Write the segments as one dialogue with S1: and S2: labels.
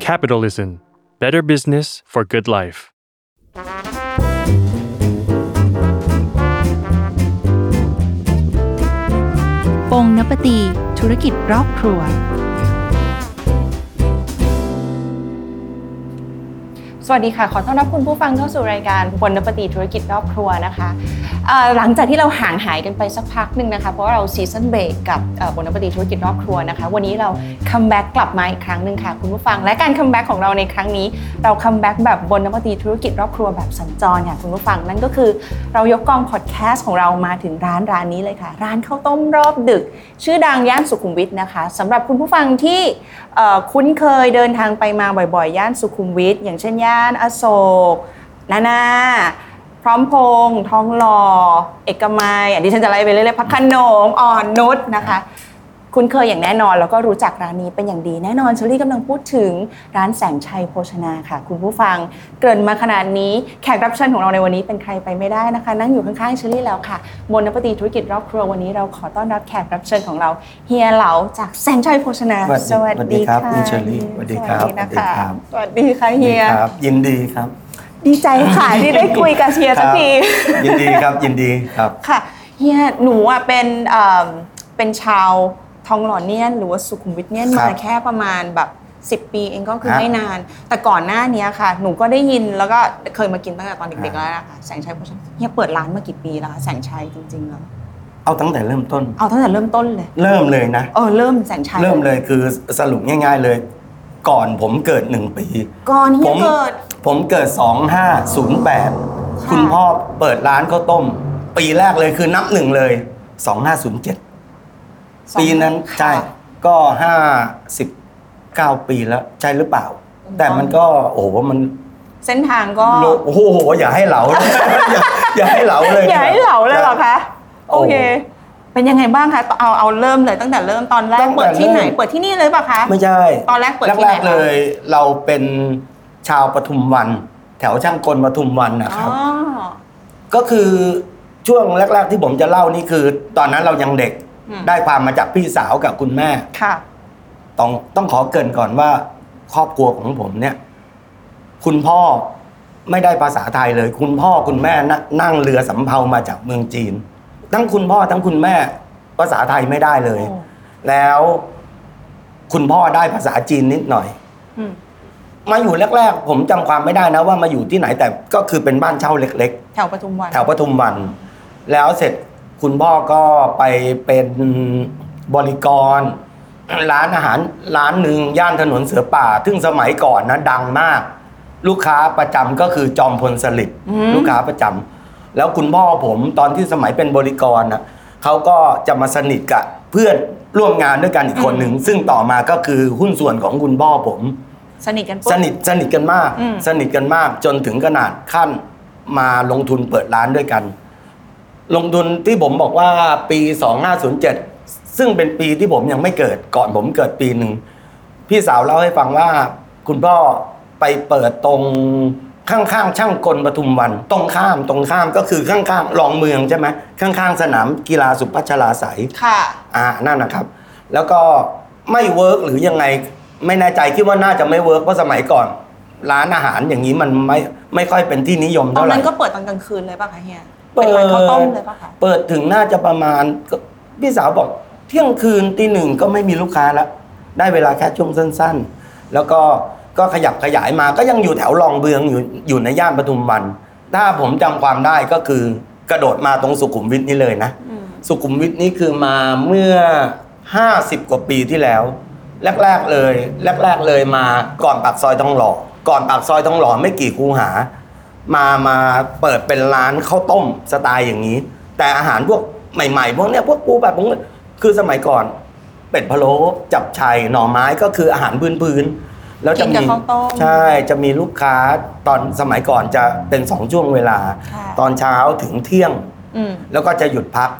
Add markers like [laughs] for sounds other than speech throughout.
S1: Capitalism Better Business for Good Life
S2: ปงนปตี ธุรกิจรอบครัว
S3: สวัสดีค่ะ ขอต้อนรับคุณผู้ฟังเข้าสู่รายการบนนปฏิธุรกิจรอบครัวนะคะเอ่อหลังจากที่เราห่างหายกันไปสักพักหนึ่งนะคะ เพราะว่าเราซีซันเบรกกับเอ่อบนนปฏิธุรกิจรอบครัวนะคะ วันนี้เราคัมแบ็กกลับมาอีกครั้งหนึ่งค่ะคุณผู้ฟัง และการคัมแบ็กของเราในครั้งนี้ เราคัมแบ็กแบบบนนปฏิธุรกิจรอบครัวแบบสัญจรค่ะคุณผู้ฟังนั่นก็คือ เรายกกองพอดแคสต์ของเรามาถึงร้านร้านนี้เลยค่ะ ร้านข้าวต้มรอบดึก ชื่อดังย่านสุขุมวิทนะคะสำหรับคุณผู้ฟังที่ เอ่อคุ้นเคยเดินทางไปมาบ่อยๆ ย่านสุขุมวิทอย่างเช่นย่านอโศกนานา พร้อมพงษ์ทองหล่อ เอกมัยอันนี้ฉันจะไล่ไปเรื่อยๆพักขนงอ่อนนุชนะคะ คุ้นเคยอย่างแน่นอนแล้วก็รู้จักร้านนี้เป็นอย่างดีแน่นอนเชอรี่กำลังพูดถึงร้านแสงชัยโภชนาค่ะ คุณผู้ฟังเกริ่นมาขนาดนี้แขกรับเชิญของเราในวันนี้เป็นใครไปไม่ได้นะคะ นั่งอยู่ข้างๆเชอรี่แล้วค่ะมนต์นปฏิธุรกิจรอบครัววันนี้เราขอต้อนรับแขกรับเชิญของเราเฮียเหลาจากแสงชัยโภชนา
S4: สวัสดีครับคุณเชอรี่
S3: ส
S4: สวั
S3: วัส
S4: สดี
S3: ดี
S4: ครับ
S3: นะคะส
S4: ส
S3: วัสดีค่ะเฮีย
S4: ครับยินดีครับ
S3: ดีใจค่ะที่ได้คุยกับเฮียสักที
S4: ครับยินดี
S3: [laughs]
S4: ครับยินดีครับ
S3: ค่ะเฮียหนูอ่ะเป็นเอ่อเป็นชาวทองหล่อเนียนหรือว่าสุขุมวิทเนียนมาแค่ประมาณแบบ 10 ปีเองก็คือไม่นาน แต่ก่อนหน้านี้ค่ะ หนูก็ได้ยินแล้วก็เคยมากินตั้งแต่ตอนเด็กๆแล้วนะคะแสงชัยโภชนาเฮียเปิดร้านมากี่ปีแล้วคะแสงชัยจริงๆแล้ว
S4: เอาตั้งแต่เริ่มต้น
S3: เอาตั้งแต่เริ่มต้นเลย
S4: เริ่มเลยนะ
S3: เออเริ่มแสงชัย
S4: เริ่มเลยคือสรุปง่าย ๆเลย ก่อนผมเกิดหนึ่งปี
S3: ก่อนเฮี
S4: ผ
S3: ย
S4: ม
S3: เกิด
S4: ผมเกิด 2508
S3: ะ
S4: คุณพ่อเปิดร้านข้าวต้ม ปีแรกเลยคือนับหนึ่งเลย 2507
S3: สอง
S4: ปีนั้น
S3: ค่ะ
S4: ใช่ก็ 59 ปีแล้วใช่หรือเปล่า
S3: อืม
S4: แต่มันก็โอ้โหมัน
S3: เส้นทางก็
S4: โลโอ้โหอย่าให้เหลา อย่า [laughs] อย่าให้เหลาเลย
S3: อย่าให้เหล่าเลยเหรอคะโอ
S4: โอ้โห
S3: เค เป็นยังไงบ้างคะเอาเอาเริ่มเลยตั้งแต่เริ่มตอนแร
S4: ตั้
S3: ก
S4: งแต่
S3: เปิดที่ไหน
S4: เริ่ม
S3: เปิดที่นี่เลยเปล่ะคะ
S4: ไม่ใช่
S3: ตอนแรกเปิดที่ไหน
S4: แรกๆเลย เราเป็นชาวปทุมวัน แถวช่างกลปทุมวันนะค
S3: อ๋
S4: รั
S3: อบ
S4: ก็คือช่วงแรก ๆ ที่ผมจะเล่านี่คือ ตอนนั้นเรายังเด็ก
S3: อืม
S4: ได้ความมาจากพี่สาวกับคุณแม่
S3: ค่ะ
S4: ต้องต้องขอเกรินก่อนว่าครอบครัวของผมเนี่ย คุณพ่อไม่ได้ภาษาไทยเลย คุณพ่อคุณแม่นงนั่งเรือสำเภามาจากเมืองจีน ทั้งคุณพ่อทั้งคุณแม่ภาษาไทยไม่ได้เลย
S3: โอ้
S4: แล้วคุณพ่อได้ภาษาจีนนิดหน่อย
S3: อืม
S4: มาอยู่แรกๆ ผมจำความไม่ได้นะว่ามาอยู่ที่ไหนแต่ก็คือเป็นบ้านเช่าเล็ก ๆ
S3: แถวปทุมวัน
S4: แถวปทุมวัน แล้วเสร็จคุณพ่อก็ไปเป็นบริกร ร้านอาหารร้านหนึ่งย่านถนนเสือป่า ซึ่งสมัยก่อนนะดังมาก ลูกค้าประจำก็คือจอมพลสลิดลูกค้าประจำแล้วคุณพ่อผมตอนที่สมัยเป็นบริกรนะเขาก็จะมาสนิทกับเพื่อนร่วมงานด้วยกันอีกคนหนึ่ง ซึ่งต่อมาก็คือหุ้นส่วนของคุณพ่อผม
S3: สนิทกันปุ๊บ
S4: สนิทสนิทกันมาก
S3: อืม
S4: สนิทกันมากจนถึงขนาดขั้นมาลงทุนเปิดร้านด้วยกัน ลงทุนที่ผมบอกว่าปี 2507 ซึ่งเป็นปีที่ผมยังไม่เกิดก่อนผมเกิดปีหนึ่ง พี่สาวเล่าให้ฟังว่า คุณพ่อไปเปิดตรงข้างๆช่างกลปทุมวัน ตรงข้ามตรงข้ามก็คือข้างๆรองเมืองใช่ไหมข้างๆสนามกีฬาสุพัชราไสย
S3: ค่ะ
S4: อ่านั่นนะครับ แล้วก็ไม่เวิร์กหรือยังไงไม่แน่ใจคิดว่าน่าจะไม่เวิร์กเพราะสมัยก่อน ร้านอาหารอย่างนี้มันไม่ไม่ค่อยเป็นที่นิยม
S3: ตอ
S4: เท่าน ไหร่
S3: นั้นก็เปิดตอนกลางคืนเลยป่ะคะเฮีย
S4: เปิด
S3: นร้านข้าวต้มเลยป่ะคะ
S4: เปิดถึงน่าจะประมาณก็พี่สาวบอก เที่ยงคืนตีหนึ่งก็ไม่มีลูกค้าละได้เวลาแค่ช่วงสั้นๆ แล้วก็ก็ขยับขยายมาก็ยังอยู่แถวรองเบืองอยู่อยู่ในย่านปทุมวัน ถ้าผมจำความได้ก็คือกระโดดมาตรงสุขุมวิทนี่เลยนะ
S3: อืม
S4: สุขุมวิทนี่คือมาเมื่อ 50 กว่าปีที่แล้ว แรกๆเลย แรกๆเลยมาก่อนปากซอยทองหล่อก่อนปากซอยทองหล่อไม่กี่คูหา มามาเปิดเป็นร้านข้าวต้มสไตล์อย่างนี้ แต่อาหารพวกใหม่ๆพวกเนี้ยพวกปูแบบพวกเนี้ยคือสมัยก่อน เป็ดพะโล้จับชายหน่อไม้ก็คืออาหารพื้นๆแล้ว
S3: กิ
S4: จะ
S3: น
S4: มี
S3: กับข้าวต้ม
S4: ใช่จะมีลูกค้าตอนสมัยก่อนจะเป็นสองช่วงเวลา
S3: ค่ะ
S4: ตอนเช้าถึงเที่ยง
S3: อืม
S4: แล้วก็จะหยุดพัก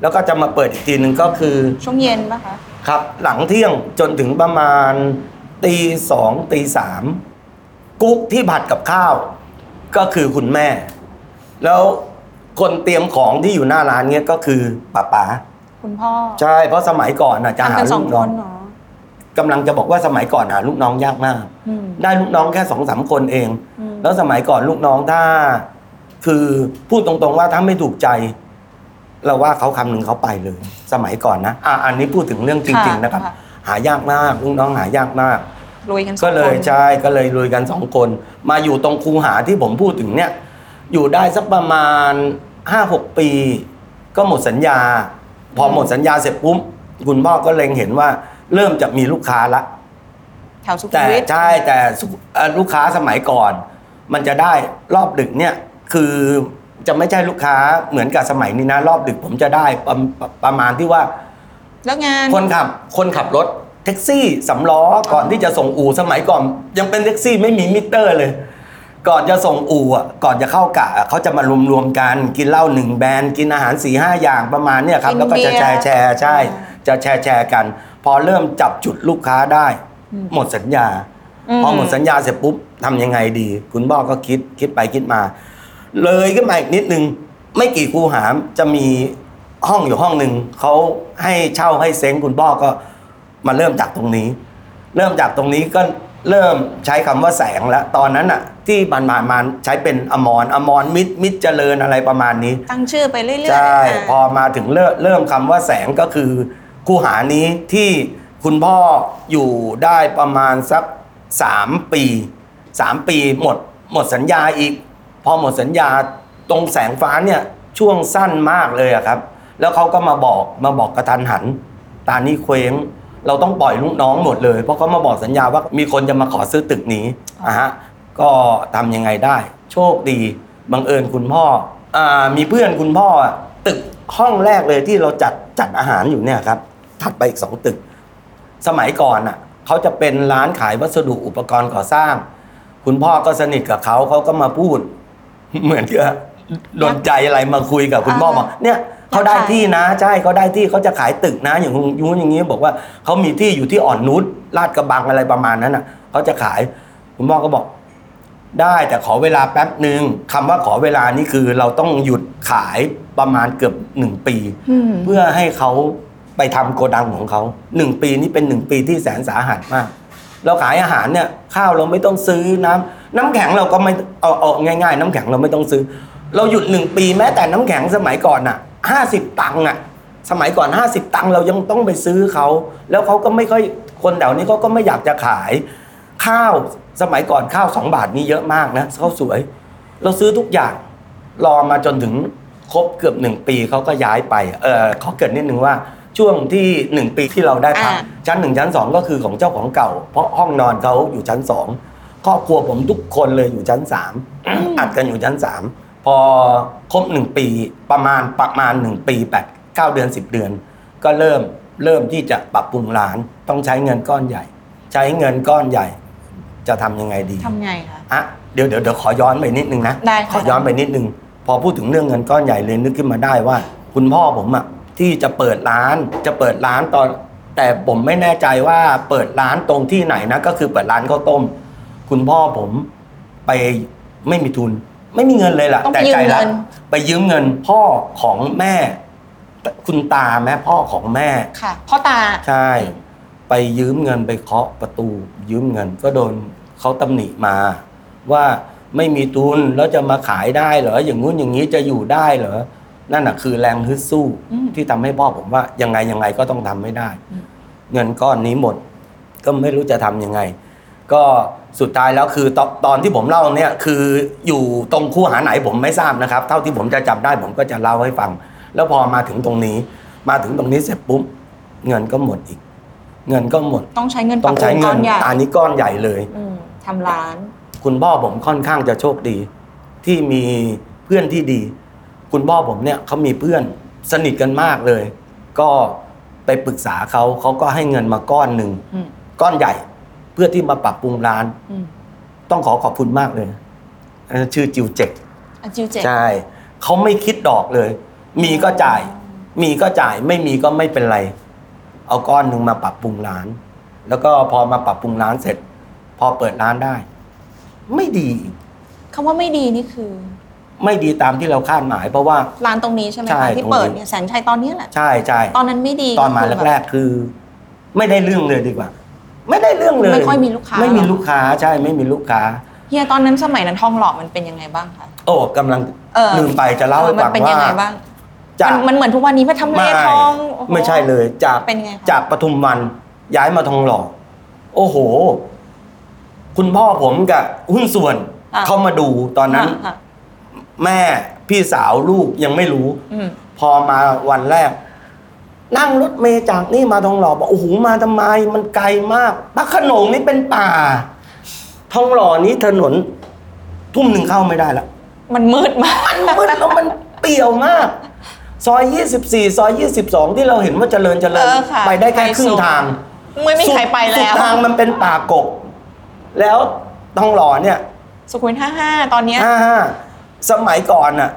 S4: แล้วก็จะมาเปิดอีกทีหนึ่งก็คือ
S3: ช่วงเย็นป่ะคะ
S4: ครับหลังเที่ยงจนถึงประมาณตีสองตีสามกุ๊กที่ผัดกับข้าว ก็คือคุณแม่ แล้วคนเตรียมของที่อยู่หน้าร้านเนี้ยก็คือป๋าป๋า
S3: คุณพ่อ
S4: ใช่เพราะสมัยก่อนน่ะจะ
S3: ทำ
S4: หา
S3: กันส
S4: ลู
S3: อง
S4: ก
S3: ค
S4: น้อง
S3: นเนาะ
S4: กำลังจะบอกว่าสมัยก่อนหาลูกน้องยากมาก
S3: อืม
S4: ได้ลูกน้องแค่สองสามคนเอง
S3: อืม
S4: แล้วสมัยก่อนลูกน้องถ้า คือพูดตรงๆว่าถ้าไม่ถูกใจ เราว่าเขาคำหนึ่งเขาไปเลย สมัยก่อนนะอ่ะอันนี้พูดถึงเรื่องจริง ๆ นะครับ หายากมากลูกน้องหายากมาก
S3: รวยกันสอง
S4: ก็เลย
S3: คน
S4: ใช่ก็เลยลุยกันสองคน มาอยู่ตรงคูหาที่ผมพูดถึงเนี่ย อยู่ได้สักประมาณห้าหกปี ก็หมดสัญญา พอหมดสัญญาเสร็จปุ๊บคุณพ่อก็เล็งเห็นว่า เริ่มจะมีลูกค้าละ
S3: แถวสุขุ
S4: แต่
S3: มวิท
S4: ใช่แต่สุเอ่อลูกค้าสมัยก่อน มันจะได้รอบดึกเนี่ยคือจะไม่ใช่ลูกค้าเหมือนกับสมัยนี้นะ รอบดึกผมจะได้ประประประมาณที่ว่า
S3: แล้วงาน
S4: คนขับคนขับรถแท็กซี่สำล้อก่อนที่จะส่งอู่สมัยก่อน ยังเป็นแท็กซี่ไม่มีมิเตอร์เลย ก่อนจะส่งอู่อ่ะก่อนจะเข้ากะอ่ะเขาจะมารวมรวมๆกันกินเหล้าหนึ่งแบรนด์กินอาหาร4ี่ห้าอย่างประมาณเนี่ยครับ
S3: กิน
S4: แล้วก็จะ
S3: เบี
S4: แช
S3: ยร์
S4: ร์แชร์ใช่ จะแชร์แชร์กัน พอเริ่มจับจุดลูกค้าได้
S3: อืม
S4: หมดสัญญา
S3: อืม
S4: พอหมดสัญญาเสร็จปุ๊บทำยังไงดี คุณพ่อก็คิดคิดไปคิดมา เลยขึ้นมาอีกนิดนึง ไม่กี่คูหามจะมีห้องอยู่ห้องหนึ่งเขาให้เช่าให้เซ้งคุณพ่อก็มาเริ่มจากตรงนี้ เริ่มจากตรงนี้ก็เริ่มใช้คำว่าแสงแล้วตอนนั้นอะที่บันมานมาใช้เป็นอมรอมรมิตรมิตรเจริญอะไรประมาณนี้
S3: ตั้งชื่อไปเรื่อยๆ
S4: ใช่
S3: อ่ะ
S4: พอมาถึงเริ่มเริ่มคำว่าแสงก็คือคูหานี้ที่คุณพ่ออยู่ได้ประมาณสักสามปีสามปีหมดหมดสัญญาอีก พอหมดสัญญาตรงแสงฟ้าเนี่ยช่วงสั้นมากเลยอะครับ แล้วเขาก็มาบอกมาบอกกระทันหัน ตานี่เคว้ง เราต้องปล่อยลูกน้องหมดเลย เพราะเขามาบอกสัญญาว่ามีคนจะมาขอซื้อตึกนี้อ่ะฮะก็ทำยังไงได้ โชคดีบังเอิญคุณพ่ออ่ามีเพื่อนคุณพ่ออะตึกห้องแรกเลยที่เราจัดจัดอาหารอยู่เนี่ยครับ ถัดไปอีกสองตึก สมัยก่อนอ่ะเขาจะเป็นร้านขายวัสดุอุปกรณ์ก่อสร้าง คุณพ่อก็สนิทกับเขาเขาก็มาพูด เหมือนกับโดนใจอะไรมาคุยกับคุณพ่อบอกเนี่ยเขาได้ที่ ที่นะใช่เขาได้ที่เขาจะขายตึกนะอย่างยูนอย่างนี้บอกว่าเขามีที่อยู่ที่อ่อนนุชลาดกระบังอะไรประมาณนั้นน่ะเขาจะขายคุณพ่อก็บอก ได้แต่ขอเวลาแป๊บหนึ่งคำว่าขอเวลานี่คือเราต้องหยุดขายประมาณเกือบหนึ่งปี
S3: อืม
S4: เพื่อให้เขาไปทำโกดังของเขาหนึ่งปีนี่เป็นหนึ่งปีที่แสนสาหัสมาก เราขายอาหารเนี่ย ข้าวเราไม่ต้องซื้อน้ำน้ำแข็งเราก็ไม่เอาเอาง่าย ๆ น้ำแข็งเราไม่ต้องซื้อ เราหยุดหนึ่งปีแม้แต่น้ำแข็งสมัยก่อนอ่ะห้าสิบตังค์อ่ะ สมัยก่อน 50 ตังค์เรายังต้องไปซื้อเขา แล้วเขาก็ไม่ค่อยคนแถวนี้เขาก็ไม่อยากจะขาย ข้าวสมัยก่อนข้าว 2 บาทนี่เยอะมากนะข้าวสวย เราซื้อทุกอย่าง รอมาจนถึงครบเกือบ 1 ปีเขาก็ย้ายไป เออขอเกริดนิดนึงว่าช่วงทีหนึ่1 ปีที่เราได้พัก
S3: อ่า
S4: ชั้น 1 ชั้น 2 ก็คือของเจ้าของเก่า เพราะห้องนอนเขาอยู่ชั้น 2 ครอบครัวผมทุกคนเลยอยู่ชั้น 3 อัดกันอยู่ชั้น 3 พอครบ 1 ปีประมาณประมาณ 1 ปี8 9เดือน 10 เดือน ก็เริ่มเริ่มที่จะปรับปรุงร้านต้องใช้เงินก้อนใหญ่ ใช้เงินก้อนใหญ่ จะทำยังไงดี
S3: ทำไงคะ
S4: อ่ะเดี๋ยวเดี๋ยวเดี๋ยวขอย้อนไปนิดนึงนะ
S3: ได้ค่ะ
S4: ขอย้อนไปนิดนึง พอพูดถึงเรื่องเงินก้อนใหญ่เลยนึกขึ้นมาได้ว่า คุณพ่อผมอ่ะที่จะเปิดร้านจะเปิดร้านตอน แต่ผมไม่แน่ใจว่าเปิดร้านตรงที่ไหนนะก็คือเปิดร้านข้าวต้ม คุณพ่อผมไปไม่มีทุน ไม่มีเงินเลยล่ะ
S3: ต้อง
S4: แต่
S3: ไปยื
S4: ใจ
S3: ม
S4: รั
S3: เงิ
S4: ก
S3: น
S4: ไปยืมเงินพ่อของแม่ คุณตาแม่พ่อของแม่
S3: ค่ะพ่อตา
S4: ใช่ ไปยืมเงินไปเคาะประตู ยืมเงินก็โดนเขาตำหนิมา ว่าไม่มีทุนแล้วจะมาขายได้เหรออย่างงู้นอย่างนี้จะอยู่ได้เหรอนั่นน่ะคือแรงฮึดสู้
S3: อืม
S4: ที่ทำให้พ่อผมว่ายังไงยังไงก็ต้องทำไม่ได้
S3: อืม
S4: เงินก้อนนี้หมด ก็ไม่รู้จะทำยังไง ก็สุดท้ายแล้วคือตอนตอนที่ผมเล่าเนี่ยคืออยู่ตรงคู่หาไหนผมไม่ทราบนะครับ เท่าที่ผมจะจำได้ผมก็จะเล่าให้ฟัง แล้วพอมาถึงตรงนี้ มาถึงตรงนี้เสร็จปุ๊บเงินก็หมดอีก เงินก็หมด
S3: ต้องใช้เงินป
S4: ต้
S3: รัป
S4: อบ ง
S3: รุ
S4: ใช้
S3: ง
S4: เงิ
S3: ก้อนนใหญ่
S4: อันนี้ก้อนใหญ่เลย
S3: อืมทำร้าน
S4: คุณพ่อผมค่อนข้างจะโชคดี ที่มีเพื่อนที่ดี คุณพ่อผมเนี่ยเขามีเพื่อนสนิทกันมากเลย ก็ไปปรึกษาเขาเขาก็ให้เงินมาก้อนหนึ่ง
S3: อืม
S4: ก้อนใหญ่ เพื่อที่มาปรับปรุงร้าน
S3: อืม
S4: ต้องขอขอบคุณมากเลยนะเอ่อชื่อจิวเจ็ก
S3: อาจิวเจ็ด
S4: ใช่เขาไม่คิดดอกเลย มีก็จ่าย มีก็จ่ายไม่มีก็ไม่เป็นไร เอาก้อนหนึ่งมาปรับปรุงร้าน แล้วก็พอมาปรับปรุงร้านเสร็จ พอเปิดร้านได้ ไม่ดี
S3: คำว่าไม่ดีนี่คือ
S4: ไม่ดีตามที่เราคาดหมาย เพราะว่า
S3: ร้านตรงนี้ใช่ไหม
S4: ใช่
S3: คะที่
S4: ตรงนี้
S3: เปิดเนี่ยแสนชัยตอนนี้แหละ
S4: ใช่ใช่
S3: ตอนนั้นไม่ดี
S4: ตอนมา
S3: คืบบ
S4: แรก ๆ คือ ไม่ได้เรื่องเลยดีกว่า ไม่ได้เรื่องเลย
S3: ไม่ค่อยมีลูกค้า
S4: ไม่มีลูกค้าใช่ไม่มีลูกค้า
S3: เฮียตอนนั้นสมัยนั้นทองหล่อมันเป็นยังไงบ้างคะ
S4: โอ้กำลัง
S3: เออ
S4: ลืมไปจะเล่าให้
S3: มั
S4: ฟัง
S3: เป็นยั
S4: ว่าง
S3: ไงบ้าง
S4: จา
S3: มั
S4: ก
S3: นมันเหมือนทุกวันนี้ไปทำเล
S4: ไม่
S3: ทองโอ้โห
S4: ไม่ใช่เลยจาก
S3: เป็นไงคะ
S4: จากปทุมวันย้ายมาทองหล่อโอ้โห คุณพ่อผมกับหุ้นส่วน
S3: อ่ะ
S4: เข้ามาดูตอนนั้น
S3: อ่ะอ่ะ
S4: แม่พี่สาวลูกยังไม่รู้
S3: อืม
S4: พอมาวันแรก นั่งรถเมย์จากนี่มาทองหล่อบอกโอ้โหมาทำไมมันไกลมากพระโขนงนี่เป็นป่า ทองหล่อนี้ถนน ทุ่มหนึ่งเข้าไม่ได้ละ
S3: มันมืดมาก
S4: มันมืดแล้วมันเปี่ยวมาก ซอย 24 ซอย 22 ที่เราเห็นว่าเจริญเจริญ
S3: เออค่ะ
S4: ไปได้แค่
S3: ไป
S4: ครึ่
S3: สุ
S4: ง
S3: ด
S4: ทาง
S3: ไม่มีใครไป
S4: สุด
S3: แล้ว
S4: ทางมันเป็นป่ากก แล้วทองหล่อเนี่ย
S3: สุขุมวิทห้าห้าตอนเนี้ย
S4: อ่าสมัยก่อนน่ะ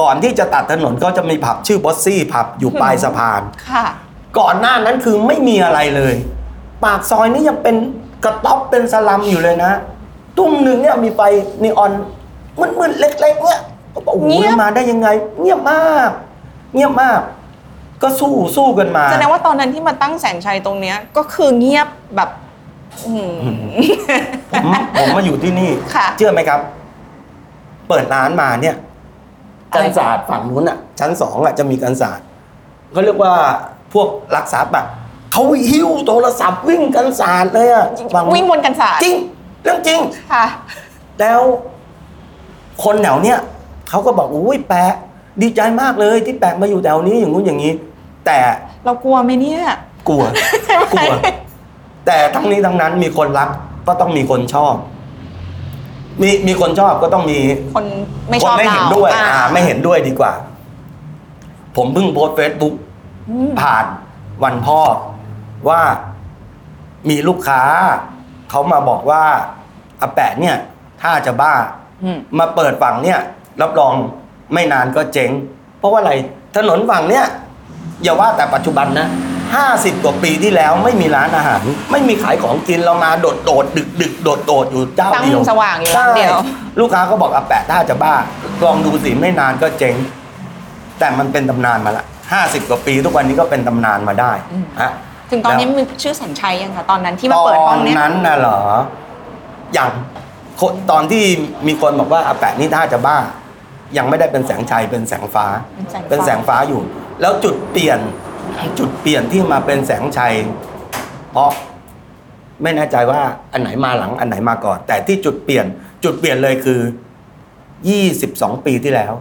S4: ก่อนที่จะตัดถนนก็จะมีผับชื่อบอสซี่ผับอยู่ปลายสะพาน
S3: ค่ะ
S4: ก่อนหน้านั้นคือไม่มีอะไรเลย ปากซอยนี่ยังเป็นกระต๊อบเป็นสลัมอยู่เลยนะ ตุ้มหนึ่งเนี่ยมีไฟนีออนมืดๆเล็กๆเนี่ยก็บอกโอ้โห
S3: เงียบ
S4: มาได้ยังไง เงียบมาก เงียบมาก ก็สู้สู้กันมา
S3: แสดงว่าตอนนั้นที่มาตั้งแสนชัยตรงเนี้ยก็คือเงียบแบบอืม
S4: ผมผมมาอยู่ที่นี่
S3: ค่ะ
S4: เชื่อไหมครับ เปิดร้านมาเนี่ย
S3: อะไร
S4: กันศาสตร์ฝั่งนู้นอ่ะ ชั้นสองอ่ะจะมีกันศาสตร์เขาเรียกว่าพวกรักทรัพย์อ่ะเขาหิ้วโทรศัพท์วิ่งกันศาสตร์เลยอ่ะฝั่งนู้น
S3: วิ่งบนกันศาสตร์
S4: จริง เรื่องจริง
S3: ค่ะ
S4: แล้ว คนแถวเนี้ยเขาก็บอกอุ้ยแปะ ดีใจมากเลยที่แปะมาอยู่แถวนี้อย่างงู้นอย่างนี้ แต่
S3: เรากลัวไหมเนี่ย
S4: กลั
S3: [laughs]
S4: ว
S3: ใช่ไหม
S4: กลัว แต่ทั้งนี้ทั้งนั้นมีคนรักก็ต้องมีคนชอบ มีมีคนชอบก็ต้องมี
S3: คนไม่
S4: ค
S3: ช
S4: น
S3: อบ
S4: ไม่เห็น
S3: รา
S4: ด้วย
S3: อ่า
S4: อ่า ไม่เห็นด้วยดีกว่า ผมเพิ่งโพสเฟซบุ๊ก
S3: อืม
S4: ผ่านวันพ่อว่ามีลูกค้า เขามาบอกว่าอาแปะเนี่ย ถ้าจะบ้า
S3: อืม
S4: มาเปิดฝั่งเนี่ย รับรองไม่นานก็เจ๊ง เพราะว่าอะไรถนนฝั่งเนี่ย อย่าว่าแต่ปัจจุบันนะห้าสิบกว่าปีที่แล้วไม่มีร้านอาหาร ไม่มีขายของกินเรามาโดดโดดดึกดึกโดดโดดอยู่เจ้า
S3: ตั้ง
S4: เดียว
S3: สว่างอยู่ร้านเดียว
S4: ใช่ลูกค้าก็บอกอาแปะถ้าจะบ้า ลองดูสิไม่นานก็เจ๊ง แต่มันเป็นตำนานมาละห้าสิบกว่าปีทุกวันนี้ก็เป็นตำนานมาได้
S3: อืม
S4: ฮะ
S3: ถึงตอนนี้มีชื่อแสนชัยยังคะตอนนั้นที่มาเปิดห้องเนี้ย
S4: ตอนนั้นน่ะเหรอ อย่างคนตอนที่มีคนบอกว่าอาแปะนี่ท่าจะบ้า ยังไม่ได้เป็นแสงชัยเป็นแสงฟ้า
S3: เป็
S4: เป็น น
S3: แส
S4: แส
S3: ง
S4: ง
S3: ฟ้า
S4: ฟ้าอยู่ แล้วจุดเปลี่ยน จุดเปลี่ยนที่มาเป็นแสงชัย เพราะไม่แน่ใจว่าอันไหนมาหลังอันไหนมาก่อน แต่ที่จุดเปลี่ยน จุดเปลี่ยนเลยคือยี่สิบสองปีที่แล้ว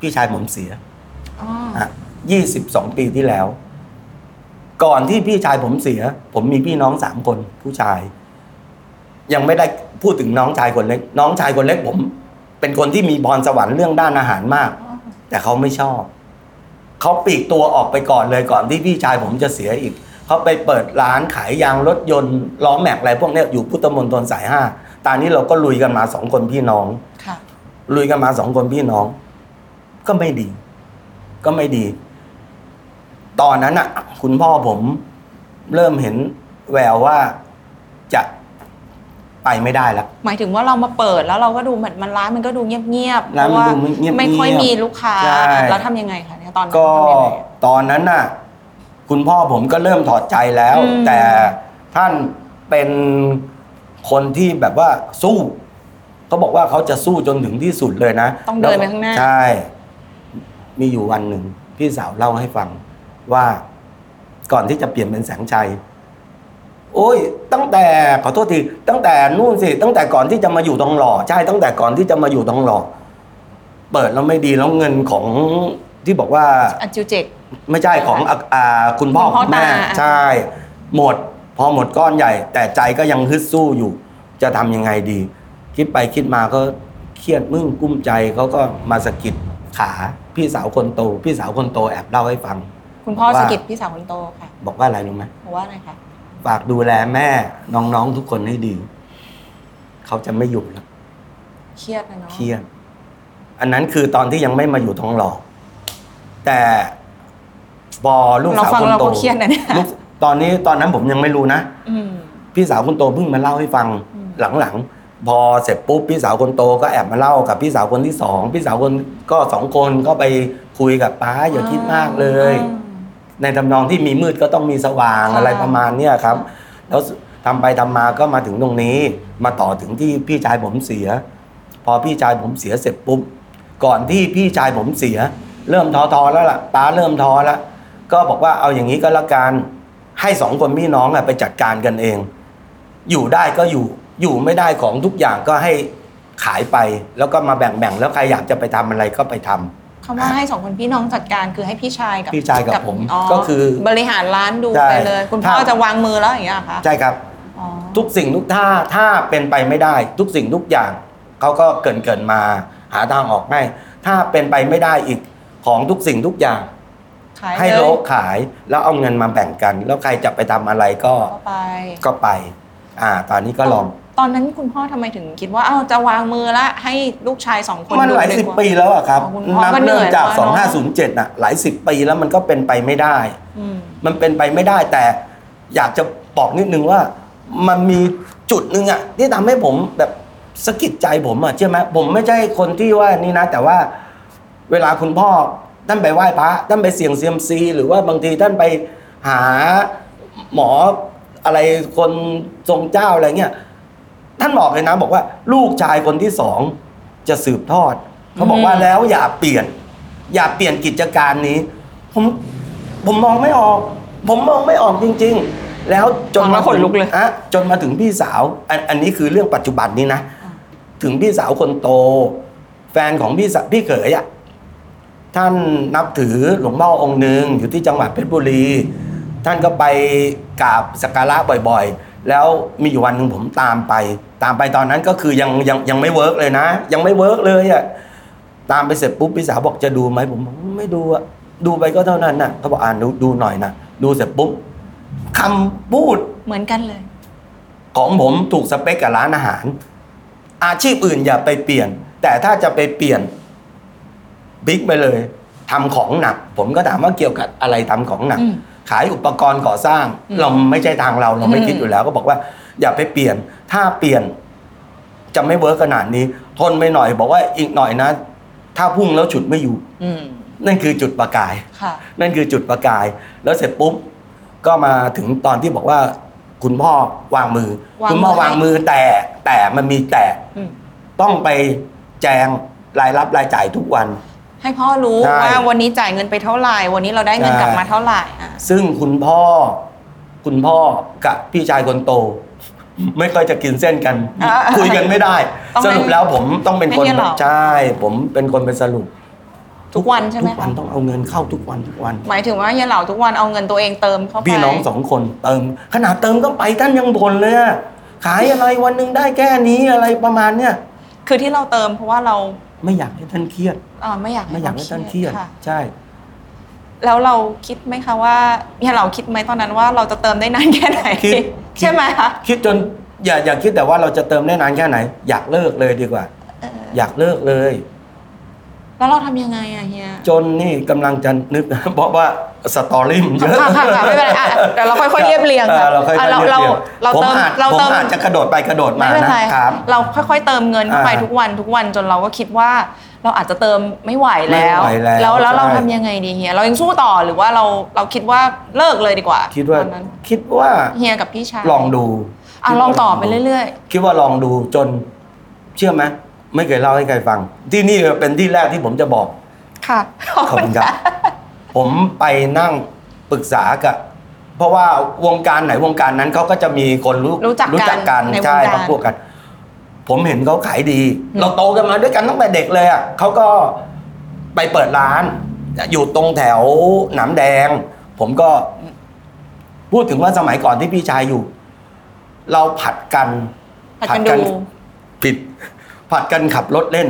S4: พี่ชายผมเสีย
S3: อ๋อ
S4: ยี่สิบสองปีที่แล้ว ก่อนที่พี่ชายผมเสีย ผมมีพี่น้องสามคนผู้ชาย ยังไม่ได้พูดถึงน้องชายคนเล็ก น้องชายคนเล็กผม เป็นคนที่มีพรสวรรค์เรื่องด้านอาหารมาก แต่เขาไม่ชอบ เขาปลีกตัวออกไปก่อนเลยก่อนที่พี่ชายผมจะเสียอีก เขาไปเปิดร้านขายยางรถยนต์ล้อแม็กอะไรพวกเนี้ยอยู่พุทธมณฑลสายห้าตอนนี้เราก็ลุยกันมาสองคนพี่น้อง
S3: ค่ะ
S4: ลุยกันมาสองคนพี่น้อง ก็ไม่ดี ก็ไม่ดี ตอนนั้นอ่ะ คุณพ่อผมเริ่มเห็นแววว่าจะไปไม่ได้แล้ว
S3: หมายถึงว่าเรามาเปิดแล้วเราก็ดูเหมือนมันร้านมันก็ดูเงียบๆเพ
S4: ร้าน
S3: ราะ
S4: มัน
S3: ว่า
S4: ดูเงียบๆ
S3: ไม่ค่อยมีลูกค้า
S4: ใช่
S3: แล้วทำยังไงคะเนี่ยตอนนั้น
S4: ก็
S3: ทำยังไง
S4: ตอนนั้นน่ะ คุณพ่อผมก็เริ่มถอดใจแล้ว
S3: อืม
S4: แต่ท่านเป็นคนที่แบบว่าสู้เขาบอกว่าเขาจะสู้จนถึงที่สุดเลยนะ
S3: ต้องเดินไปข้างหน้า
S4: ใช่ มีอยู่วันหนึ่ง พี่สาวเล่าให้ฟังว่าก่อนที่จะเปลี่ยนเป็นแสงชัย โอ้ย ตั้งแต่ขอโทษทีตั้งแต่นู่นสิ ตั้งแต่ก่อนที่จะมาอยู่ทองหล่อใช่ตั้งแต่ก่อนที่จะมาอยู่ทองหล่อเปิดแล้วไม่ดีแล้วเงินของที่บอกว่า
S3: อันจิวเจก
S4: ไม่ใช่ของอ่ะอ่าคุณพ่อ
S3: คุณพ่อ
S4: คุณแม่
S3: ตาอ่ะ
S4: ใช่ หมด พอหมดก้อนใหญ่ แต่ใจก็ยังฮึดสู้อยู่ จะทำยังไงดี คิดไปคิดมาก็เครียดมึงกุ้มใจเขาก็มาสะกิดขา พี่สาวคนโต พี่สาวคนโตแอบเล่าให้ฟัง
S3: คุณพ่อ
S4: ว่า
S3: สะกิดพี่สาวคนโตค่ะ
S4: บอกว่าอะไรรู้ไหม
S3: บอกว่าอะไรคะ
S4: ฝากดูแลแม่น้องๆทุกคนให้ดี เขาจะไม่อยู่แล้ว
S3: เครียดนะเนาะ
S4: เครียดอันนั้นคือตอนที่ยังไม่มาอยู่ทองหล่อแต่พอลูก
S3: เรา
S4: สาว
S3: ฟัง
S4: คน
S3: เรา
S4: โต
S3: ก็เครียดนะเนี่ย
S4: ลูกตอนนี้ตอนนั้นผมยังไม่รู้นะ
S3: อืม
S4: พี่สาวคนโตเพิ่งมาเล่าให้ฟัง
S3: อืม
S4: หลังๆ พอเสร็จปุ๊บพี่สาวคนโตก็แอบมาเล่ากับพี่สาวคนที่สองพี่สาวคนก็สองคนก็ไปคุยกับป้าอย่าคิดมากเลย
S3: อ่า
S4: ในทำนองที่มีมืดก็ต้องมีสว่าง
S3: ค่ะ
S4: อะไรประมาณเนี้ยครับ แล้วทำไปทำมาก็มาถึงตรงนี้ มาต่อถึงที่พี่ชายผมเสีย พอพี่ชายผมเสียเสร็จปุ๊บก่อนที่พี่ชายผมเสีย เริ่มท้อทอๆแล้วล่ะป้าเริ่มท้อแล้วก็บอกว่าเอาอย่างนี้ก็แล้วกันให้สองคนพี่น้องอะไปจัดการกันเอง อยู่ได้ก็อยู่อยู่ไม่ได้ของทุกอย่างก็ให้ขายไป แล้วก็มาแบ่งๆแล้วใครอยากจะไปทำอะไรก็ไปทำ
S3: คำว่าให้สองคนพี่น้องจัดการคือให้พี่ชายกับ
S4: พี่ชายกับผมก็คือบ
S3: ริหารร้านดู
S4: ใช่
S3: ไปเลย คุณพ่อ
S4: ถ้า
S3: จะวางมือแล้วอย่างเงี้ยเหรอคะ
S4: ใช่ครับ
S3: อ๋อ
S4: ทุกสิ่งทุกท่าถ้าเป็นไปไม่ได้ ทุกสิ่งทุกอย่างเขาก็เกินเกินๆมา หาทางออกให้ถ้าเป็นไปไม่ได้อีกของทุกสิ่งทุกอย่าง
S3: ขาย
S4: ให้
S3: เล
S4: โล
S3: ย
S4: กขายแล้วเอาเงินมาแบ่งกัน แล้วใครจะไปทำอะไรก็
S3: เอาไป
S4: ก็ไป อ่า ตอนนี้ก็ลอง
S3: ตอนนั้นคุณพ่อทำไมถึงคิดว่าอ้าวจะวางมือละให้ลูกชายสองคน
S4: มัน
S3: ดู
S4: หลาย
S3: ดี
S4: สิบ
S3: กว่า
S4: ปีแล้วอะครับ
S3: ของคุณพ่อ
S4: นับ
S3: ก็เหนื่
S4: เริ่
S3: อ
S4: ม
S3: ย
S4: จาก
S3: แล้วเนอะ
S4: 2507น่ะหลายสิบปีแล้วมันก็เป็นไปไม่ได้
S3: อืม
S4: มันเป็นไปไม่ได้แต่อยากจะบอกนิดนึงว่า มันมีจุดหนึ่งอะที่ทำให้ผมแบบสะกิดใจผมอะใช่อไหมผมไม่ใช่คนที่ว่านี่นะ แต่ว่าเวลาคุณพ่อท่านไปไหว้พระท่านไปเสี่ยงเซียมซี หรือว่าบางทีท่านไปหาหมออะไรคนทรงเจ้าอะไรเงี้ยท่านบอกเลยนะ บอกว่า ลูกชายคนที่สองจะสืบทอดเขาบอกว่าแล้วอย่าเปลี่ยน อย่าเปลี่ยนกิจการนี้ ผม ผมมองไม่ออก ผมมองไม่ออกจริง ๆ แล้วจนมาถึงอะจนมาถึงพี่สาวอันอันนี้คือเรื่องปัจจุบันนี้นะ ถึงพี่สาวคนโต แฟนของพี่สาวพี่เขยอะท่านนับถือหลวงพ่อองค์หนึ่งอยู่ที่จังหวัดเพชรบุรี ท่านก็ไปกราบสักการะบ่อยๆ แล้วมีอยู่วันหนึ่งผมตามไป ตามไปตอนนั้นก็คือยังยังยังไม่เวิร์กเลยนะ ยังไม่เวิร์กเลยอะ ตามไปเสร็จปุ๊บพี่สาวบอกจะดูไหมผมบอกไม่ดูอะดูไปก็เท่านั้นน่ะเขาบอกอ่านดูดูหน่อยนะดูเสร็จปุ๊บคำพูด
S3: เหมือนกันเลย
S4: ของผมถูกสเปคกับร้านอาหาร อาชีพอื่นอย่าไปเปลี่ยน แต่ถ้าจะไปเปลี่ยนบิ๊กไปเลยทำของหนัก ผมก็ถามว่าเกี่ยวกับอะไรทำของหนัก
S3: อืม
S4: ขายอุปกรณ์ก่อสร้าง
S3: อืม
S4: เราไม่ใช่ทางเราเราไม่คิด
S3: อืม
S4: อยู่แล้ว ก็บอกว่า อย่าไปเปลี่ยน ถ้าเปลี่ยน จะไม่เวิร์กขนาดนี้ ทนไปหน่อย บอกว่าอีกหน่อยนะ ถ้าพุ่งแล้วฉุดไม่อยู่
S3: อืม
S4: นั่นคือจุดประกาย
S3: ค่ะ
S4: นั่นคือจุดประกาย แล้วเสร็จปุ๊บ ก็มาถึงตอนที่บอกว่า คุณพ่อวางมือ
S3: วางมือ
S4: คุณพ่อวางมือแต่แต่มันมีแต่
S3: อืม
S4: ต้องไปแจงรายรับรายจ่ายทุกวัน
S3: ให้พ่อรู้
S4: ใช่
S3: ว่าวันนี้จ่ายเงินไปเท่าไหร่ วันนี้เราได้เงิน
S4: ใช่
S3: กลับมาเท่าไหร่อ่ะ
S4: ซึ่งคุณพ่อ คุณพ่อกับพี่ชายคนโต ไม่ค่อยจะกินเส้นกัน
S3: ะ
S4: คุยกันไม่ได้
S3: ต้อง
S4: ส
S3: ให้
S4: รุปแล้วผมต้องเป็นคน
S3: ให้เรียนเหรอ
S4: ใช่ผมเป็นคนไปสรุป
S3: ทุกวันใช่ไหม
S4: ทุกวั
S3: คะ
S4: นต้องเอาเงินเข้าทุกวันทุกวัน
S3: หมายถึงว่าเฮียเหล่าทุกวันเอาเงินตัวเองเติมเข้าไป
S4: พี่น้องสองคนเติม ขนาดเติมก็ไปท่านยังบ่นเลยอะขายอะไรวันหนึ่งได้แค่นี้อะไรประมาณเนี้ย
S3: คือที่เราเติมเพราะว่าเรา
S4: ไม่อยากให้ท่านเครียด
S3: อ่าไม่อยาก
S4: ไม่อยากให้ท่านเครียด
S3: ะ
S4: ใช่
S3: แล้วเราคิดไหมคะว่าเนี่ยเราคิดไหมตอนนั้นว่าเราจะเติมได้นานแค่ไหน
S4: คิด
S3: ใช่ไหมคะ
S4: คิดจนอย่าอย่าคิดแต่ว่าเราจะเติมได้นานแค่ไหน อยากเลิกเลยดีกว่า
S3: เออ
S4: อยากเลิกเลย
S3: แล้วเราทำยังไงอะเฮีย
S4: จนนี่กำลังจะนึก [laughs] เพราะว่าสตอรี่มันเยอะ
S3: [laughs] ค่ะค่ะค่ะไม่เป็นไรอ่ะเดี๋ยวเราค่อยๆเรียบเรียง
S4: ออเราค่อยๆ
S3: อ่ะ
S4: เรียบ
S3: เรา
S4: เรียง
S3: เรา
S4: ผม
S3: เติม
S4: อาจ
S3: เรา
S4: ผม
S3: เติม
S4: อาจจะกระโดดไปกระโดดมา
S3: ไม่เป็น
S4: นะ
S3: ไร
S4: ครับ
S3: เราค่อยๆเติมเงินเข้าไป
S4: อ่า
S3: ทุกวันทุกวันจนเราก็คิดว่า เราอาจจะเติมไม่ไหวแล้ว
S4: ไม่ไหวแล้ว
S3: แล้วแล้วเรา
S4: ใช่
S3: ทำยังไงดีเฮียเรายังสู้ต่อหรือว่าเราเราคิดว่าเลิกเลยดีกว่า
S4: คิดว่า
S3: ตอนนั้น
S4: คิดว่า
S3: เฮียกับพี่ชาย
S4: ลองดู
S3: อ่ะลองต่อไป
S4: ย
S3: เรื่อย
S4: คิดว่าลองดูจนเชื่อไหมไม่เคยเล่าให้ใครฟัง ที่นี่เป็นที่แรกที่ผมจะบอก
S3: ๆ ค่ะ
S4: ขอบคุณครับ ผมไปนั่งปรึกษากับ เพราะว่าวงการไหนวงการนั้นเขาก็จะมีคนรู้
S3: รู้จักกัน
S4: กัน
S3: ในวง
S4: ใช่
S3: การ
S4: พรรคพวกกัน ผมเห็นเขาขายดี
S3: อืม
S4: เราโตกันมาด้วยกันตั้งแต่เด็กเลยอ่ะเขาก็ไปเปิดร้าน อยู่ตรงแถวหนามแดง ผมก็ พูดถึงว่าสมัยก่อนที่พี่ชายอยู่ เราผัดกัน
S3: ผัดกันดู
S4: ผิดผัดกันขับรถเล่น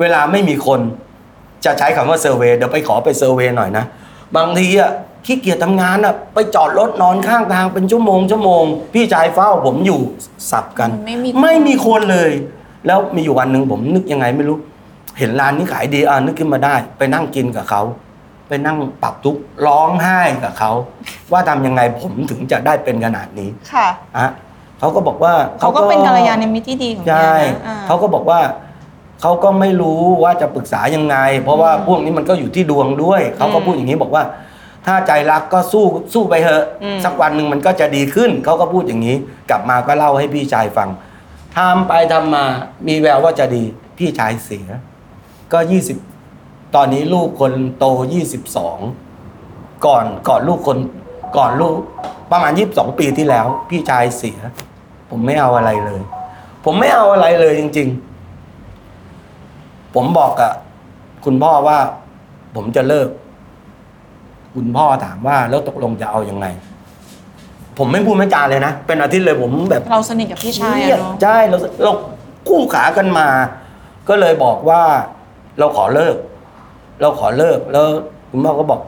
S4: เวลาไม่มีคนจะใช้คำว่าเซอร์เวยเดี๋ยวไปขอไปเซอร์เวยหน่อยนะ บางทีอ่ะขี้เกียจทำงานอ่ะ ไปจอดรถนอนข้างทางเป็นชั่วโมงชั่วโมง พี่ชายเฝ้าผมอยู่สับกัน
S3: มันไม่มี
S4: มีคนเลย แล้วมีอยู่วันหนึ่งผมนึกยังไงไม่รู้ เห็นร้านนี้ขายดีอ่ะนึกขึ้นมาได้ ไปนั่งกินกับเขา ไปนั่งปรับทุกข์ร้องไห้กับเขา ว่าทำยังไงผมถึงจะได้เป็นขนาดนี้
S3: ค่ะ
S4: อ่ะเขาก็บอกว่า
S3: เขาก็เป็นกัลยาณมิตรที่ดีของ
S4: ใช่
S3: แกนะอ่า
S4: เขาก็บอกว่า เขาก็ไม่รู้ว่าจะปรึกษายังไง เพราะว่าพวกนี้มันก็อยู่ที่ดวงด้วย เขาก็พูดอย่างนี้บอกว่า ถ้าใจรักก็สู้สู้ไปเถอะ
S3: อืม
S4: สักวันหนึ่งมันก็จะดีขึ้น เขาก็พูดอย่างนี้ กลับมาก็เล่าให้พี่ชายฟังทำไปทำมา มีแววว่าจะดี พี่ชายเสีย ก็ยี่สิบตอนนี้ลูกคนโตยี่สิบสองก่อนก่อนลูกคน ก่อนลูกประมาณยี่สิบสองปีที่แล้ว พี่ชายเสีย ผมไม่เอาอะไรเลย ผมไม่เอาอะไรเลยจริง ๆ ผมบอกกับคุณพ่อว่า ผมจะเลิก คุณพ่อถามว่าแล้วตกลงจะเอายังไง ผมไม่พูดไม่จาเลยนะ เป็นอาทิตย์เลยผมแบบ
S3: เราสนิทกับพี่ชายอะเนาะ
S4: ใช่เราเราคู่ขากันมา ก็เลยบอกว่าเราขอเลิก เราขอเลิกแล้วคุณพ่อก็บอก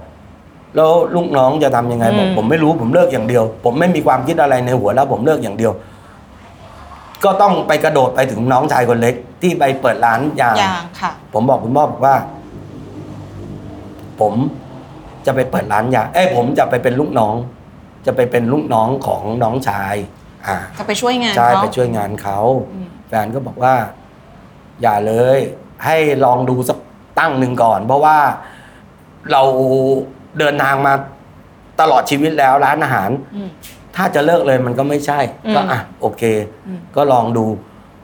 S4: แล้วลูกน้องจะทำยังไงบอก ผมไม่รู้ผมเลิกอย่างเดียว ผมไม่มีความคิดอะไรในหัวแล้วผมเลิกอย่างเดียว ก็ต้องไปกระโดดไปถึงน้องชายคนเล็ก ที่ไปเปิดร้านยาง
S3: อย่างค่ะ
S4: ผมบอกคุณพ่อบอกว่า ผมจะไปเปิดร้านยางเอ้ยผมจะไปเป็นลูกน้อง จะไปเป็นลูกน้องของน้องชาย อ่า
S3: จะไปช่วยงาน
S4: ใช่
S3: เขา
S4: ไปช่วยงานเขา
S3: อืม
S4: แฟนก็บอกว่า อย่าเลย ให้ลองดูสักตั้งหนึ่งก่อน เพราะว่าเราเดินทางมาตลอดชีวิตแล้วร้านอาหาร
S3: อืม
S4: ถ้าจะเลิกเลยมันก็ไม่ใช่
S3: อืม
S4: ก็อ่ะโอเค
S3: อืม
S4: ก็ลองดู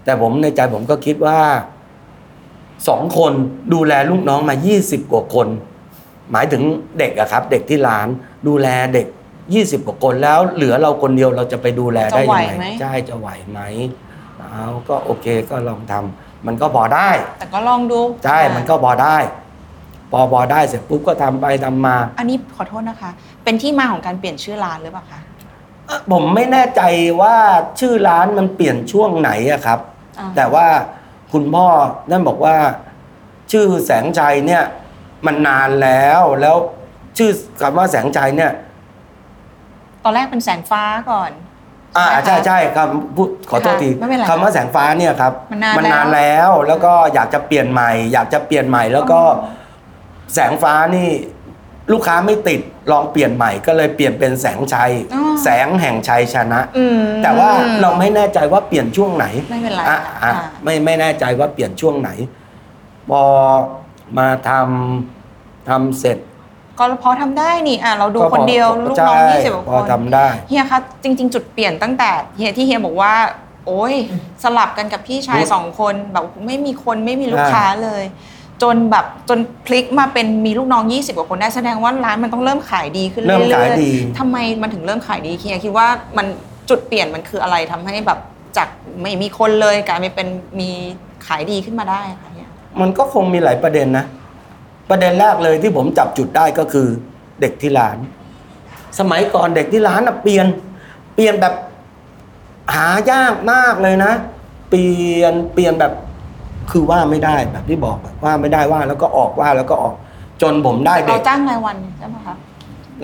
S4: แต่ผมในใจผมก็คิดว่าสองคนดูแลลูกน้องมา 20 กว่าคน หมายถึงเด็กอะครับ เด็กที่ร้าน ดูแลเด็ก 20 กว่าคนแล้ว เหลือเราคนเดียวเราจะไปดูแลได้ยัง
S3: จะไหวไหม
S4: ไงใช่จะไหวไหมเอาก็โอเคก็ลองทำมันก็พอได้
S3: แต่ก็ลองดู
S4: ใช่มันก็พอได้ พอพอได้เสร็จปุ๊บก็ทำไปทำมา
S3: อันนี้ขอโทษนะคะ เป็นที่มาของการเปลี่ยนชื่อร้านหรือเปล่าคะ
S4: เอ่อผมไม่แน่ใจว่าชื่อร้านมันเปลี่ยนช่วงไหนอะครับ
S3: อ่า
S4: แต่ว่าคุณพ่อนั่นบอกว่า ชื่อแสงชัยเนี่ย มันนานแล้วแล้วชื่อคำว่าแสงชัยเนี่ย
S3: ตอนแรกเป็นแสงฟ้าก่อน
S4: อ่า
S3: ใช่ไหมคะ
S4: ใช่ใช่คำพูดขอโทษ
S3: ค่ะ
S4: ที
S3: ไม่เป็นไร
S4: คำว่าแสงฟ้าเนี่ยครับ
S3: มันนาน
S4: นานแล้วแล้วก็อยากจะเปลี่ยนใหม่ อยากจะเปลี่ยนใหม่ แล้วก็แสงฟ้านี่ลูกค้าไม่ติดลองเปลี่ยนใหม่ ก็เลยเปลี่ยนเป็นแสงชัย
S3: อ๋อ
S4: แสงแห่งชัยชนะ
S3: อืม
S4: แต่ว่าเราไม่แน่ใจว่าเปลี่ยนช่วงไหน
S3: ไม่เป็นไร
S4: อ่ะอ่ะ
S3: ค่ะ
S4: ไม่ไม่แน่ใจว่าเปลี่ยนช่วงไหน พอมาทำทำเสร็จ
S3: ก็พอทำได้นี่อ่ะเราดู
S4: ก็พอ
S3: คนเดียวลูกน้อง
S4: ใช่
S3: ยี่สิบกว่า
S4: พอ
S3: คน
S4: ทำได้
S3: เฮียคะจริง ๆ จุดเปลี่ยนตั้งแต่เฮียที่เฮียบอกว่า โอ้ยสลับกันกับพี่ชาย
S4: อืม
S3: สองคนแบบไม่มีคนไม่มีลูก
S4: อ่า
S3: ค้าเลย จนแบบจนพลิกมาเป็นมีลูกน้อง 20กว่าคนได้แสดงว่าร้านมันต้องเริ่มขายดีขึ้น
S4: เริ่ม
S3: เรื่
S4: ขา
S3: อ
S4: ย
S3: ย
S4: ดี
S3: ๆทำไมมันถึงเริ่มขายดีเฮียคิดว่ามันจุดเปลี่ยนมันคืออะไรทำให้แบบจากไม่มีคนเลยกลายมาเป็นมีขายดีขึ้นมาได้อะค่ะเฮีย
S4: มันก็คงมีหลายประเด็นนะ ประเด็นแรกเลยที่ผมจับจุดได้ก็คือเด็กที่ร้าน สมัยก่อนเด็กที่ร้านน่ะเปลี่ยน เปลี่ยนแบบหายากมากเลยนะ เปลี่ยนเปลี่ยนแบบคือว่าไม่ได้แบบที่บอกแบบว่าไม่ได้ว่าแล้วก็ออกว่าแล้วก็ออก จนผมได้เด็
S3: เรา
S4: ก
S3: จ้างรายวันใช่ไหมคะ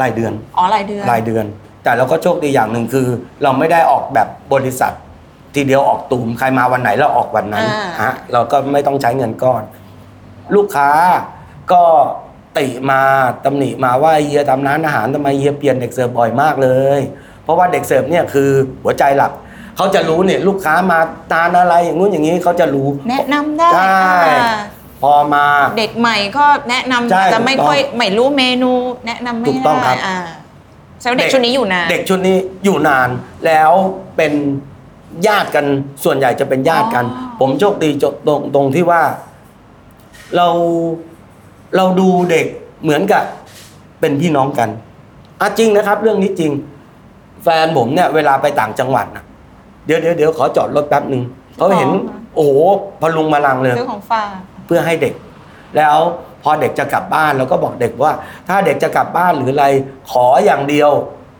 S4: รายเดือน
S3: อ๋อรายเดือน
S4: รายเดือน แต่เราก็โชคดีอย่างหนึ่งคือ เราไม่ได้ออกแบบบริษัท ทีเดียวออกตูมใครมาวันไหนเราออกวันนั้น
S3: อ่า
S4: ฮะเราก็ไม่ต้องใช้เงินก้อน ลูกค้าก็ติมาตำหนิมาว่าเฮียทำร้านอาหารทำไมเฮียเปลี่ยนเด็กเสิร์ฟบ่อยมากเลย เพราะว่าเด็กเสิร์ฟเนี่ยคือหัวใจหลัก เขาจะรู้เนี่ยลูกค้ามาทานอะไรอย่างงู้นอย่างนี้เขาจะรู้
S3: แนะนำได้
S4: ใช่
S3: อ่า
S4: พอมา
S3: เด็กใหม่ก็แนะนำ
S4: ใช่
S3: อาจจะไม่
S4: ถูกต้อง
S3: ค่อยไม่รู้เมนู แนะนำไม่
S4: ถูกต้อง
S3: ได้
S4: ครับ
S3: อ่าแสดงว่าเด็
S4: เด็
S3: ก
S4: ก
S3: ชุดนี้อยู่นาน
S4: เด็กชุดนี้อยู่นานแล้วเป็นญาติกันส่วนใหญ่จะเป็นญาติกัน
S3: อ๋อ
S4: ผมโชคดีจบตรงตรงที่ว่า เราเราดูเด็กเหมือนกับเป็นพี่น้องกันอ่ะจริงนะครับ เรื่องนี้จริง แฟนผมเนี่ย เวลาไปต่างจังหวัดนะเดี๋ยวเดี๋ยวเดี๋ยวขอจอดรถแป๊บหนึ่งเขาเห็น โอ้โหพลุงมาลังเลย
S3: ซื้อของฝาก
S4: เพื่อให้เด็ก แล้วพอเด็กจะกลับบ้านเราก็บอกเด็กว่า ถ้าเด็กจะกลับบ้านหรืออะไร ขออย่างเดียว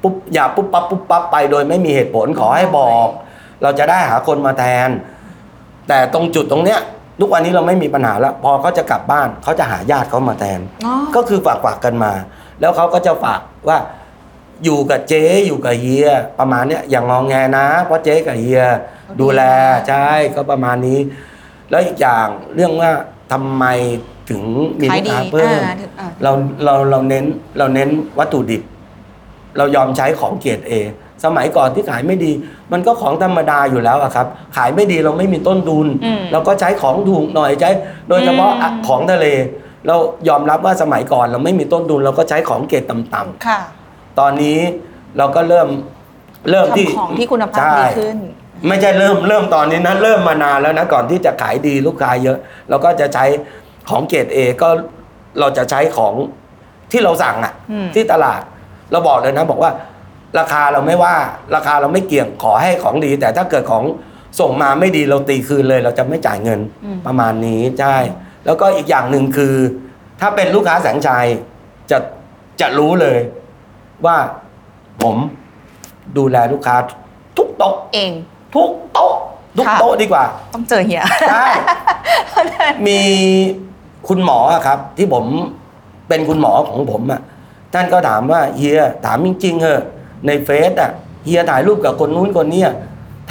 S4: ปุ๊บอย่าปุ๊บปั๊บปุ๊บปั๊บไปโดยไม่มีเหตุผลขอให้บอก เราจะได้หาคนมาแทน แต่ตรงจุดตรงเนี้ยทุกวันนี้เราไม่มีปัญหาละพอเขาจะกลับบ้านเขาจะหาญาติเขามาแทน
S3: อ๋อ
S4: ก็คือฝากฝากกันมา แล้วเขาก็จะฝากว่า อยู่กับเจ๊อยู่กับเฮีย ประมาณเนี้ยอย่างงองแงนะ เพราะเจ๊กับเฮีย ดูแลใช่ก็ประมาณนี้ แล้วอีกอย่างเรื่องว่าทำไมถึงมี
S3: ขาย
S4: ลูก
S3: ดี
S4: ค้าเพิ่ม
S3: อ่าถึงอ่า
S4: เราเราเราเน้นเราเน้นวัตถุดิบ เรายอมใช้ของเกรด A สมัยก่อนที่ขายไม่ดี มันก็ของธรรมดาอยู่แล้วอะครับ ขายไม่ดีเราไม่มีต้นทุน
S3: อืม
S4: เราก็ใช้ของถูกหน่อยใช้ โดยเฉพาะ
S3: อืม
S4: อ่ะของทะเล เรายอมรับว่าสมัยก่อนเราไม่มีต้นทุนเราก็ใช้ของเกรดต่ำ
S3: ค่ะ
S4: ๆตอนนี้เราก็เริ่มเริ่มที่
S3: ทำของที่คุณภาพดี
S4: ใช่
S3: ขึ้น
S4: ไม่ใช่เริ่มเริ่มตอนนี้นะเริ่มมานานแล้วนะก่อนที่จะขายดีลูกค้าเยอะเราก็จะใช้ของเกรด A ก็เราจะใช้ของที่เราสั่งอะ
S3: อืม
S4: ที่ตลาดเราบอกเลยนะบอกว่า ราคาเราไม่ว่าราคาเราไม่เกี่ยงขอให้ของดี แต่ถ้าเกิดของส่งมาไม่ดีเราตีคืนเลย เราจะไม่จ่ายเงินประมาณนี้ใช่แล้วก็อีกอย่างหนึ่งคือ ถ้าเป็นลูกค้าแสงชัยจะจะรู้เลย ว่าผมดูแลลูกค้าทุกโต๊ะ
S3: เอง
S4: ทุกโต๊ะทุก
S3: ค่ะ
S4: โต๊ะดีกว่า
S3: ต้องเจอเฮีย
S4: ใช่
S3: [laughs]
S4: มีคุณหมออะครับ ที่ผมเป็นคุณหมอของผมอ่ะท่านก็ถามว่าเฮียถามจริงๆเหอะในเฟซอ่ะเฮียถ่ายรูปกับคนนู้นคนเนี้ย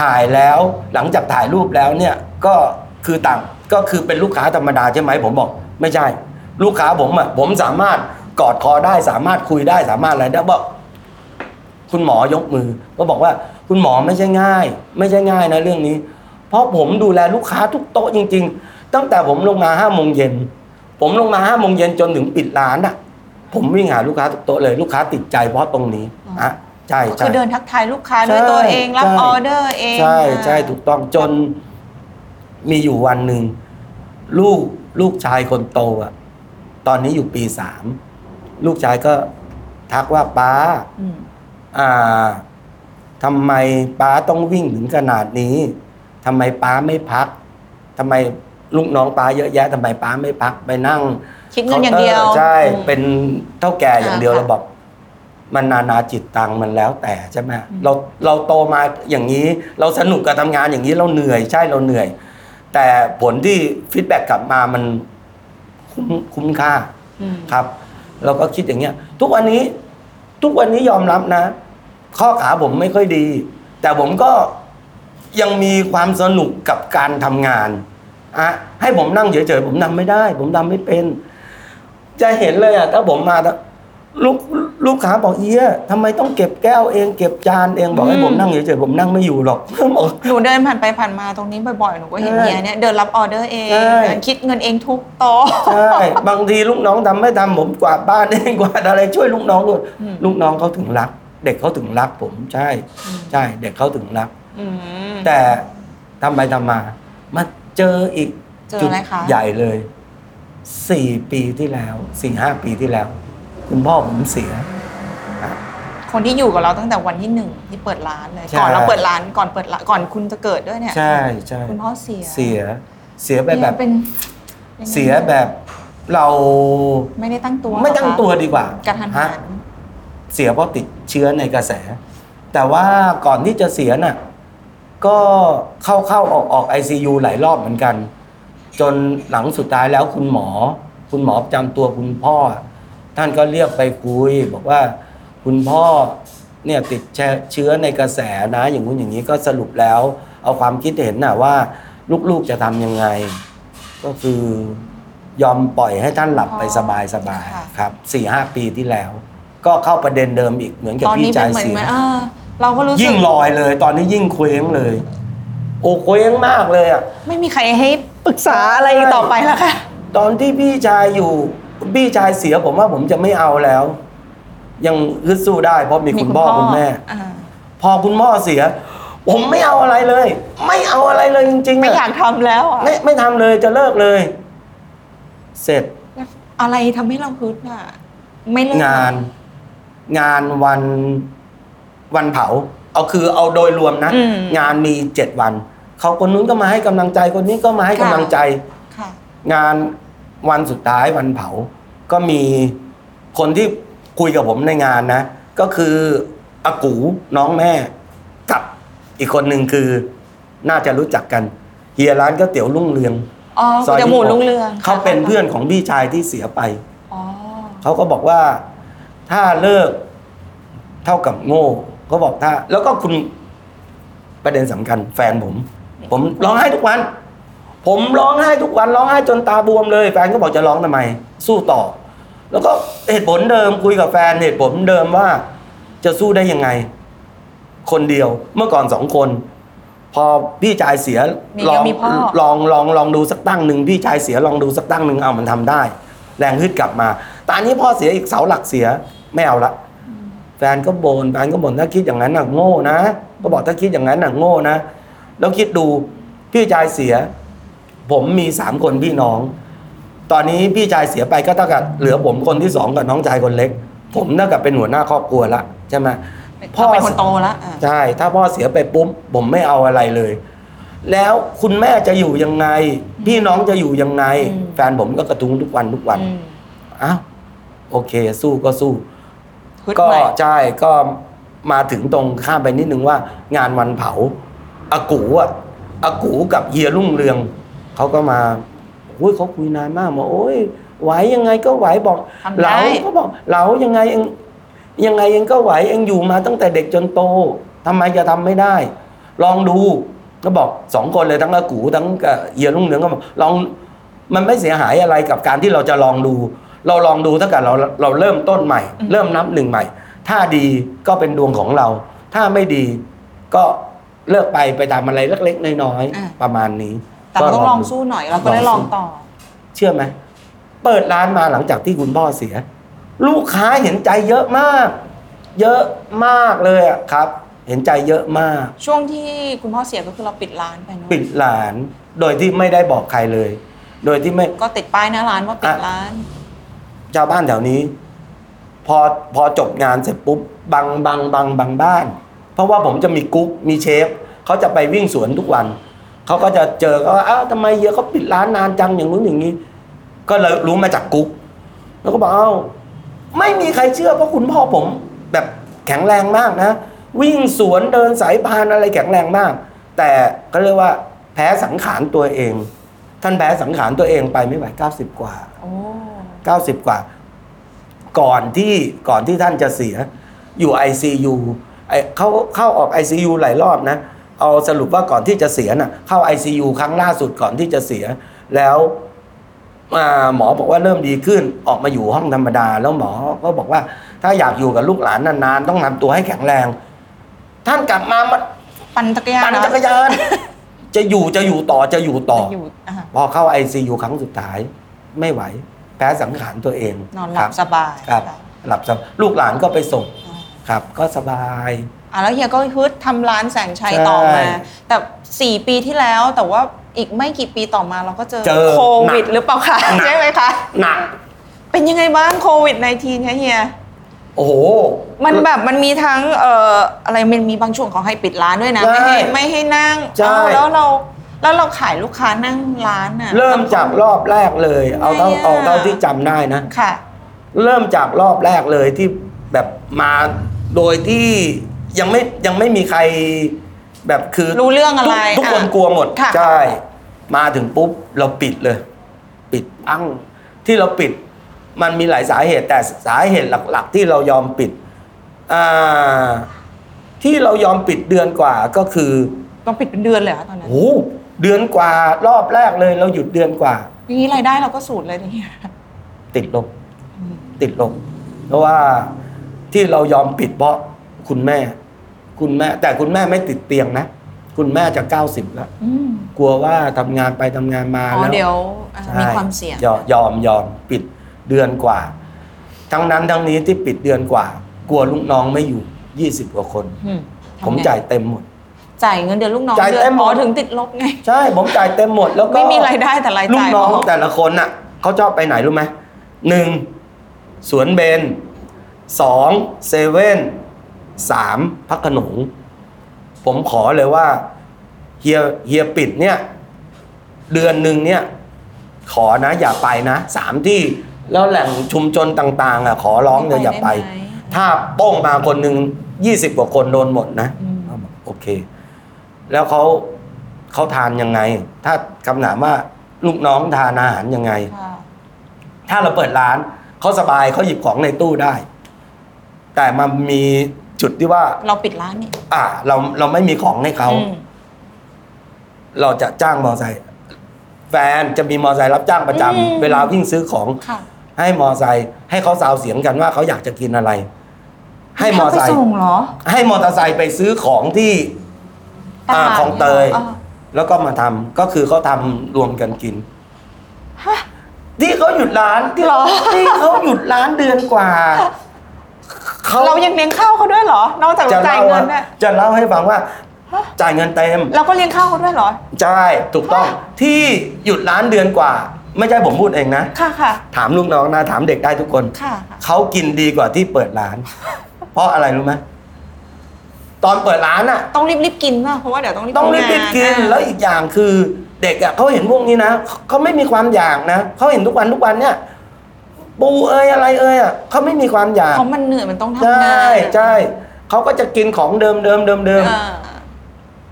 S4: ถ่ายแล้วหลังจากถ่ายรูปแล้วเนี่ยก็คือต่างก็คือเป็นลูกค้าธรรมดาใช่ไหมผมบอก ไม่ใช่ ลูกค้าผมอ่ะผมสามารถกอดคอได้สามารถคุยได้สามารถอะไรได้บอก คุณหมอยกมือก็บอกว่าคุณหมอไม่ใช่ง่าย ไม่ใช่ง่ายนะเรื่องนี้ เพราะผมดูแลลูกค้าทุกโต๊ะจริง ๆ ตั้งแต่ผมลงมาห้าโมงเย็นผมลงมาห้าโมงเย็นจนถึงปิดร้านอ่ะ ผมวิ่งหาลูกค้าทุกโต๊ะเลยลูกค้าติดใจเพราะตรงนี้
S3: อ๋อ
S4: อ่ะใช่
S3: ก็
S4: ใช่
S3: คือเดินทักทายลูกค้าด้วย
S4: ใช่
S3: ตัวเองรับ
S4: ใช่
S3: ออเดอร์เอง
S4: ใช่
S3: อ่า
S4: ใช่ถูกต้องจนมีอยู่วันหนึ่งลูกลูกชายคนโตอ่ะ ตอนนี้อยู่ปีสามลูกชายก็ทักว่าป้า
S3: อืม
S4: อ่าทำไมป้าต้องวิ่งถึงขนาดนี้ทำไมป้าไม่พักทำไมลูกน้องป้าเยอะแยะทำไมป้าไม่พักไปนั่ง
S3: คิดเงินอย่างเดียว
S4: คน์ตร์ใช่
S3: อืม
S4: เป็นเท่าแก่อย่างเดียว
S3: อ่า
S4: เราบอกมันนานาจิตตังมันแล้วแต่ใช่ไหม
S3: อืม
S4: เราเราโตมาอย่างนี้ เราสนุกกับทำงานอย่างนี้เราเหนื่อยใช่เราเหนื่อย แต่ผลที่ฟีดแบ็กกลับมามันคุ้มคุ้มค่า
S3: อืม
S4: ครับเราก็คิดอย่างเงี้ย ทุกวันนี้ทุกวันนี้ยอมรับนะ ข้อขาผมไม่ค่อยดี แต่ผมก็ยังมีความสนุกกับการทำงานอะให้ผมนั่งเฉยๆผมทำไม่ได้ ผมทำไม่เป็น จะเห็นเลยอะถ้าผมมาลูกลูกค้าบอกเอี้ยทำไมต้องเก็บแก้วเอง เก็บจานเองบอกให้
S3: อืม
S4: ผมนั่งเฉยๆผมนั่งไม่อยู่หรอก [laughs] บอก
S3: หนูเดินผ่านไปผ่านมาตรงนี้บ่อยๆ หนูก็เห็น
S4: ใช่
S3: เฮียเนี่ยเดินรับออเดอร์เอง
S4: ใช่
S3: เดินคิดเงินเองทุกโต๊ะ
S4: ใช่บางทีลูกน้องทำไม่ทำผมกวาดบ้านเองกวาดอะไรช่วยลูกน้องด้วย
S3: อืม
S4: ลูกน้องเขาถึงรัก เด็กเขาถึงรักผมใช่ ใช่ เด็กเขาถึงรัก
S3: อืม
S4: แต่ทำไปทำมามาเจออีก
S3: เจอ
S4: จุด
S3: อะไรคะ
S4: ใหญ่เลยสี่ปีที่แล้วสี่ห้าปีที่แล้ว คุณพ่อผมเสีย
S3: คนที่อยู่กับเราตั้งแต่วันที่หนึ่งที่เปิดร้านเลย
S4: ใช่
S3: ก่อนเราเปิดร้านก่อนเปิดร้านก่อนคุณจะเกิดด้วยเนี่ย
S4: ใช่ใช่
S3: คุณพ่อเสีย
S4: เสีย เสียไป
S3: เนี่ย
S4: แบบ
S3: เป็นป็นไง
S4: เสียแบบเรา
S3: ไม่ได้ตั้งตัว
S4: ไม่ตั้ง
S3: เหรอคะ
S4: ตัวดีกว่าก
S3: ระทันหั
S4: ฮะ
S3: น
S4: เสียเพราะติดเชื้อในกระแส แต่ว่าก่อนที่จะเสียน่ะ ก็เข้าเข้าออกออกไอซหลายรอบเหมือนกัน จนหลังสุดท้ายแล้วคุณหมอ คุณหมอประจำตัวคุณพ่อ ท่านก็เรียกไปคุย บอกว่าคุณพ่อเนี่ยติดเชเชื้อในกระแสนะ อย่างนู้นอย่างนี้ก็สรุปแล้ว เอาความคิดเห็นน่ะว่า ลูกๆจะทำยังไง ก็คือยอมปล่อยให้ท่านหลับไปสบายสบายๆ
S3: ค่ะ
S4: ครับสี่ห้าปีที่แล้ว ก็เข้าประเด็นเดิมอีกเหมือนกับ
S3: ตอน
S4: พี่
S3: นี้เป็
S4: ชาน ย
S3: เหมือน
S4: เสี
S3: เหมือ
S4: ย
S3: นเออเราก็รู้สึก
S4: ยิ่งลอยเลย ตอนนี้ยิ่งเคว้งเลย โอ้เคว้งมากเลยอ่ะ
S3: ไม่มีใครให้ปรึกษาอะไรต่อไปแล้วค่ะ
S4: ตอนที่พี่ชายอยู่ พี่ชายเสียผมว่าผมจะไม่เอาแล้ว ยังฮึดสู้ได้เพราะมีคุณพ่อคุณแม่
S3: อ่า
S4: พอคุณพ่อเสีย ผมไม่เอาอะไรเลย ไม่เอาอะไรเลยจริงๆะ
S3: ไม่อยากทำแล้วอะ
S4: ไม่ไม่ทำเลยจะเลิกเลย เสร็จ
S3: อะไรทำให้เราฮึดอ่ะ ไม่เลิก
S4: งานงานวันวันเผา เอาคือเอาโดยรวมนะ
S3: อืม
S4: งานมีเจ็ดวัน เขาคนนู้นก็มาให้กำลังใจคนนี้ก็มาให้กำ
S3: ค่ะ
S4: ลังใจ
S3: ค่ะ
S4: งานวันสุดท้ายวันเผา ก็มีคนที่คุยกับผมในงานนะ ก็คืออากูน้องแม่กับอีกคนหนึ่งคือ น่าจะรู้จักกันเฮียร้านก๋วยเตี๋ยวลุ่งเรือง
S3: อ๋อคุณจมูกลุงเรือง
S4: เขาเป็นเพื่อนของพี่ชายที่เสียไป
S3: อ๋อ
S4: เขาก็บอกว่าถ้าเลิกเท่ากับโง่เขาบอกถ้า แล้วก็คุณประเด็นสำคัญ แฟนผม ผมร้องไห้ทุกวัน ผมร้องไห้ทุกวันร้องไห้จนตาบวมเลย แฟนก็บอกจะร้องทำไม สู้ต่อ แล้วก็เหตุผลเดิมคุยกับแฟนเหตุผลเดิมว่า จะสู้ได้ยังไง คนเดียวเมื่อก่อนสองคน พอพี่ชายเสีย
S3: มี
S4: ลอง
S3: มีพ่อ
S4: ลองลองลองดูสักตั้งหนึ่งพี่ชายเสียลองดูสักตั้งหนึ่งเอามันทำได้ ห แรงฮึดกลับมา ตอนนี้พ่อเสียอีกเสาหลักเสียไม่เอาละ แฟนก็บน่นแฟนก็บ่นถ้าคิดอย่างนั้นน่ะโง่นะ ก็บอกถ้าคิดอย่างนั้นน่ะโง่นะ แล้วคิดดูพี่ชายเสีย ผมมีสามคนพี่น้อง ตอนนี้พี่ชายเสียไปก็เท่ากับเหลือผมคนที่สองกับน้องชายคนเล็ก ผมเท่ากับเป็นหัวหน้าครอบครัวละใช่ไหม พ่อ
S3: เราเป็นคนโตแล้วอ่ะ
S4: ใช่ ถ้าพ่อเสียไปปุ๊บผมไม่เอาอะไรเลย แล้วคุณแม่จะอยู่ยังไง พี่น้องจะอยู่ยังไง แฟนผมก็กระทุ้งทุกวันทุกวัน
S3: อืม
S4: อ้าวโอเค สู้ก็สู้
S3: ฮึด
S4: ก็
S3: ใหม่
S4: ใช่ก็มาถึงตรงข้ามไปนิดนึงว่า งานวันเผาอากูอ่ะอากูกับเฮียรุ่งเรืองเขาก็มาอุ้ยเขาคุยนานมากบอกโอ้ยไหวยังไงก็ไหวบอก
S3: ทำได้
S4: เราก็บอกเรายังไงเองยังไงเองก็ไหวเองอยู่มาตั้งแต่เด็กจนโตทำไมจะทำไม่ได้ ลองดูก็บอกสองคนเลยทั้งอากูทั้งกับเฮียรุ่งเรืองก็บอกลองมันไม่เสียหายอะไรกับการที่เราจะลองดู เราลองดูถ้าเกิดเราเราเริ่มต้นใหม่ เริ่มนับหนึ่งใหม่ ถ้าดีก็เป็นดวงของเรา ถ้าไม่ดีก็เลิกไปไปตามอะไรเล็กๆน้อย
S3: อ่ะ
S4: ๆประมาณนี้
S3: แต่เราต้องลอง
S4: ดู
S3: สู้หน่อยเราก็ได้
S4: ล
S3: ล
S4: อ
S3: อง ง
S4: สู้
S3: ต่อ
S4: เชื่อไหมเปิดร้านมาหลังจากที่คุณพ่อเสีย ลูกค้าเห็นใจเยอะมาก เยอะมากเลยอะครับ เห็นใจเยอะมาก
S3: ช่วงที่คุณพ่อเสียก็คือเราปิดร้านไปเนอะ
S4: ปิดร้านโดยที่ไม่ได้บอกใครเลย โดยที่ไม่
S3: ก็ติดป้ายหน้าร้านว่าปิดร้าน
S4: ชาวบ้านแถวนี้ พอพอจบงานเสร็จปุ๊บบางบางบางบางบ้าน เพราะว่าผมจะมีกุ๊กมีเชฟเขาจะไปวิ่งสวนทุกวันเขาก็จะเจอก็ว่าอ้าวทำไมเฮียเขาปิดร้านนานจังอย่างนู้นอย่างนี้ ก็เลยรู้มาจากกุ๊กแล้วก็บอกเอ้าไม่มีใครเชื่อเพราะคุณพ่อผม แบบแข็งแรงมากนะ วิ่งสวนเดินสายพานอะไรแข็งแรงมาก แต่ก็เรียกว่าแพ้สังขารตัวเอง ท่านแพ้สังขารตัวเองไปไม่ไหวเก้าสิบกว่า
S3: โอ้
S4: 90 กว่า ก่อนที่ก่อนที่ท่านจะเสีย อยู่ ICU ไอเขาเข้าออก ICU หลายรอบนะ เอาสรุปว่าก่อนที่จะเสียน่ะ เข้า ICU ครั้งล่าสุดก่อนที่จะเสีย แล้วอ่าหมอบอกว่าเริ่มดีขึ้นออกมาอยู่ห้องธรรมดา แล้วหมอก็บอกว่า ถ้าอยากอยู่กับลูกหลานนานๆ ต้องทำตัวให้แข็งแรง ท่านกลับมามา
S3: ปั่นจักรยาน
S4: ปั่น
S3: เหอ
S4: จักรยาน จะอยู่จะอยู่ต่อจะอยู่ต่อ
S3: อยู่อ่ะ
S4: พอเข้า ICU ครั้งสุดท้าย ไม่ไหว แพ้สังขารตัวเอง
S3: นอนหลับ
S4: ค
S3: ส
S4: รับบ
S3: าย
S4: ครับ
S3: อ่ะ
S4: หลับสบลูกหลานก็ไปส่งครับ ก็สบาย
S3: อ่ะแล้วเฮียก็ฮึดทำร้านแสงชัยต่อ
S4: ใช่
S3: มา แต่สี่ปีที่แล้วแต่ว่าอีกไม่กี่ปีต่อมาเราก็เจอ
S4: เจอ
S3: โควิด หรือเปล่าคะ
S4: หนัก
S3: ใช่ไหมคะ
S4: หนัก
S3: เป็นยังไงบ้างโควิด -19 คะเฮีย
S4: โอ้โห
S3: มันแบบมันมีทั้งเอ่ออะไรมันมีบางช่วงเขาให้ปิดร้านด้วยนะไม่ให้
S4: ใช่
S3: ไม่ให้นั่ง
S4: ใช่
S3: อ้าวแล้วเราแล้วเราขายลูกค้านั่งร้านอ่ะ
S4: เริ่มจากรอบแรกเลย เอาเท่า
S3: ไม่อะ
S4: เอาเท่าที่จำได้นะ
S3: ค่ะ
S4: เริ่มจากรอบแรกเลยที่แบบมาโดยที่ยังไม่ยังไม่มีใครแบบคือ
S3: รู้เรื่องอะไร
S4: ทุกทุกคน
S3: อ่ะ
S4: กลัวหมด
S3: ค่ะ
S4: ใช่มาถึงปุ๊บเราปิดเลย ปิดอั้งที่เราปิด มันมีหลายสาเหตุแต่สาเหตุหลัก ๆ ที่เรายอมปิดอ่าที่เรายอมปิดเดือนกว่าก็คือ
S3: ต้องปิดเป็นเดือนเลยเหรอตอนนั้น
S4: โหเดือนกว่ารอบแรกเลย เราหยุดเดือนกว่า
S3: อย่างนี้รายได้เราก็สูญเลยทีเนี้ย
S4: ติดลบติดลบเพราะว่าที่เรายอมปิดเพราะคุณแม่ คุณแม่ แต่คุณแม่ไม่ติดเตียงนะ คุณแม่จะเก้าสิบแล้ว
S3: อืม
S4: กลัวว่าทำงานไปทำงานมา
S3: อ๋อ
S4: แล้ว
S3: เดี๋ยวอ่ะ
S4: ใช่
S3: มีความเสี่ยง
S4: ยอมยอมยอมปิดเดือนกว่า ทั้งนั้นทั้งนี้ที่ปิดเดือนกว่า กลัวลูกน้องไม่อยู่ยี่สิบกว่าคน
S3: อืมทำไง
S4: ผมจ่ายเต็มหมด
S3: จ่ายเงินเดือนลูกน้อง
S4: จ่าย
S3: เดือ
S4: เต็
S3: น
S4: มหมด
S3: อ๋อถึงติดลบไง
S4: ใช่ผมจ่ายเต็มหมดแล้วก็
S3: ไม่มีรายได้แต่ราย
S4: ลูก
S3: จ่าย
S4: น้อง
S3: เขา
S4: แต่ละคนน่ะเขาชอบไปไหนรู้ไหมหนึ่งสวนเบนสองเซเว่นสามพักขนงผมขอเลยว่าเฮียเฮียปิดเนี่ย เดือนหนึ่งเนี่ย ขอนะ อย่าไปนะสามที่แล้วแหล่งชุมชนต่าง ๆ อ่ะ ขอร้องเลยอย่าไป
S3: ด้หม
S4: ถ้าโป้งมาคนหนึ่งยี่สิบกว่าคนโดนหมดนะ
S3: อืม
S4: เขาบอกโอเค แล้วเขาเขาทานยังไง ถ้าคำถามว่าลูกน้องทานอาหารยังไง
S3: ค่ะ
S4: ถ้าเราเปิดร้านเขาสบายเขาหยิบของในตู้ได้ แต่มันมีจุดที่ว่า
S3: เราปิดร้านนี่
S4: อ่า เราเราไม่มีของให้เขา
S3: อืม
S4: เราจะจ้างมอไซค์แฟนจะมีมอไซค์รับจ้างประจำ
S3: อืม
S4: เวลาวิ่งซื้อของ
S3: ค่ะ
S4: ให้มอไซค์ให้เขาซาวเสียงกันว่าเขาอยากจะกินอะไร ให้มอไซ
S3: เาป
S4: ค์
S3: ส่งเหรอ
S4: ให้มอเตอร์ไซค์ไปซื้อของที่อ่า
S3: ตลาด
S4: ของเตย
S3: หรออ่ะ
S4: แล้วก็มาทำก็คือเขาทำรวมกันกิน
S3: ฮะ
S4: จ ที่เขาหยุดร้านที่
S3: หรอ
S4: ที่เขาหยุดร้านเดือนกว่าเขา
S3: เรายังเลี้ยงข้าวเขาด้วยเหรอ นอกจากเราจ่ายเงิน
S4: จะ
S3: เนี่
S4: เล่าย จะเล่าให้ฟังว่า
S3: ฮะ
S4: จ่ายเงินเต็ม
S3: เราก็เลี้ยงข้าวเขาด้วยเหรอ
S4: ใช่ถูกต้อง
S3: ฮะ
S4: ที่หยุดร้านเดือนกว่า ไม่ใช่ผมพูดเองนะ
S3: ค่ะค่ะ
S4: ถามลูกน้องนะ ถามเด็กได้ทุกคน
S3: ค่ะ
S4: เขากินดีกว่าที่เปิดร้าน เพราะอะไรรู้ไหมตอนเปิดร้านอะ
S3: ต้องรีบรีบๆกินป่ะเพราะว่าเดี๋ยวต้องรีบ
S4: ต้องรี
S3: ทำงาน
S4: บรีบกิน
S3: อ่ะ
S4: แล้วอีกอย่างคือ เด็กอะเขาเห็นพวกนี้นะเขาเขาไม่มีความอยากนะเขาเห็นทุกวันทุกวันเนี่ย ปูเอยอะไรเอยอะเขาไม่มีความอยาก
S3: เพราะมันเหนื่อยมันต้องทำ
S4: ใช
S3: งาน่
S4: ใช่เขาก็จะกินของเดิมเดิมเดิมเดิม
S3: อ่า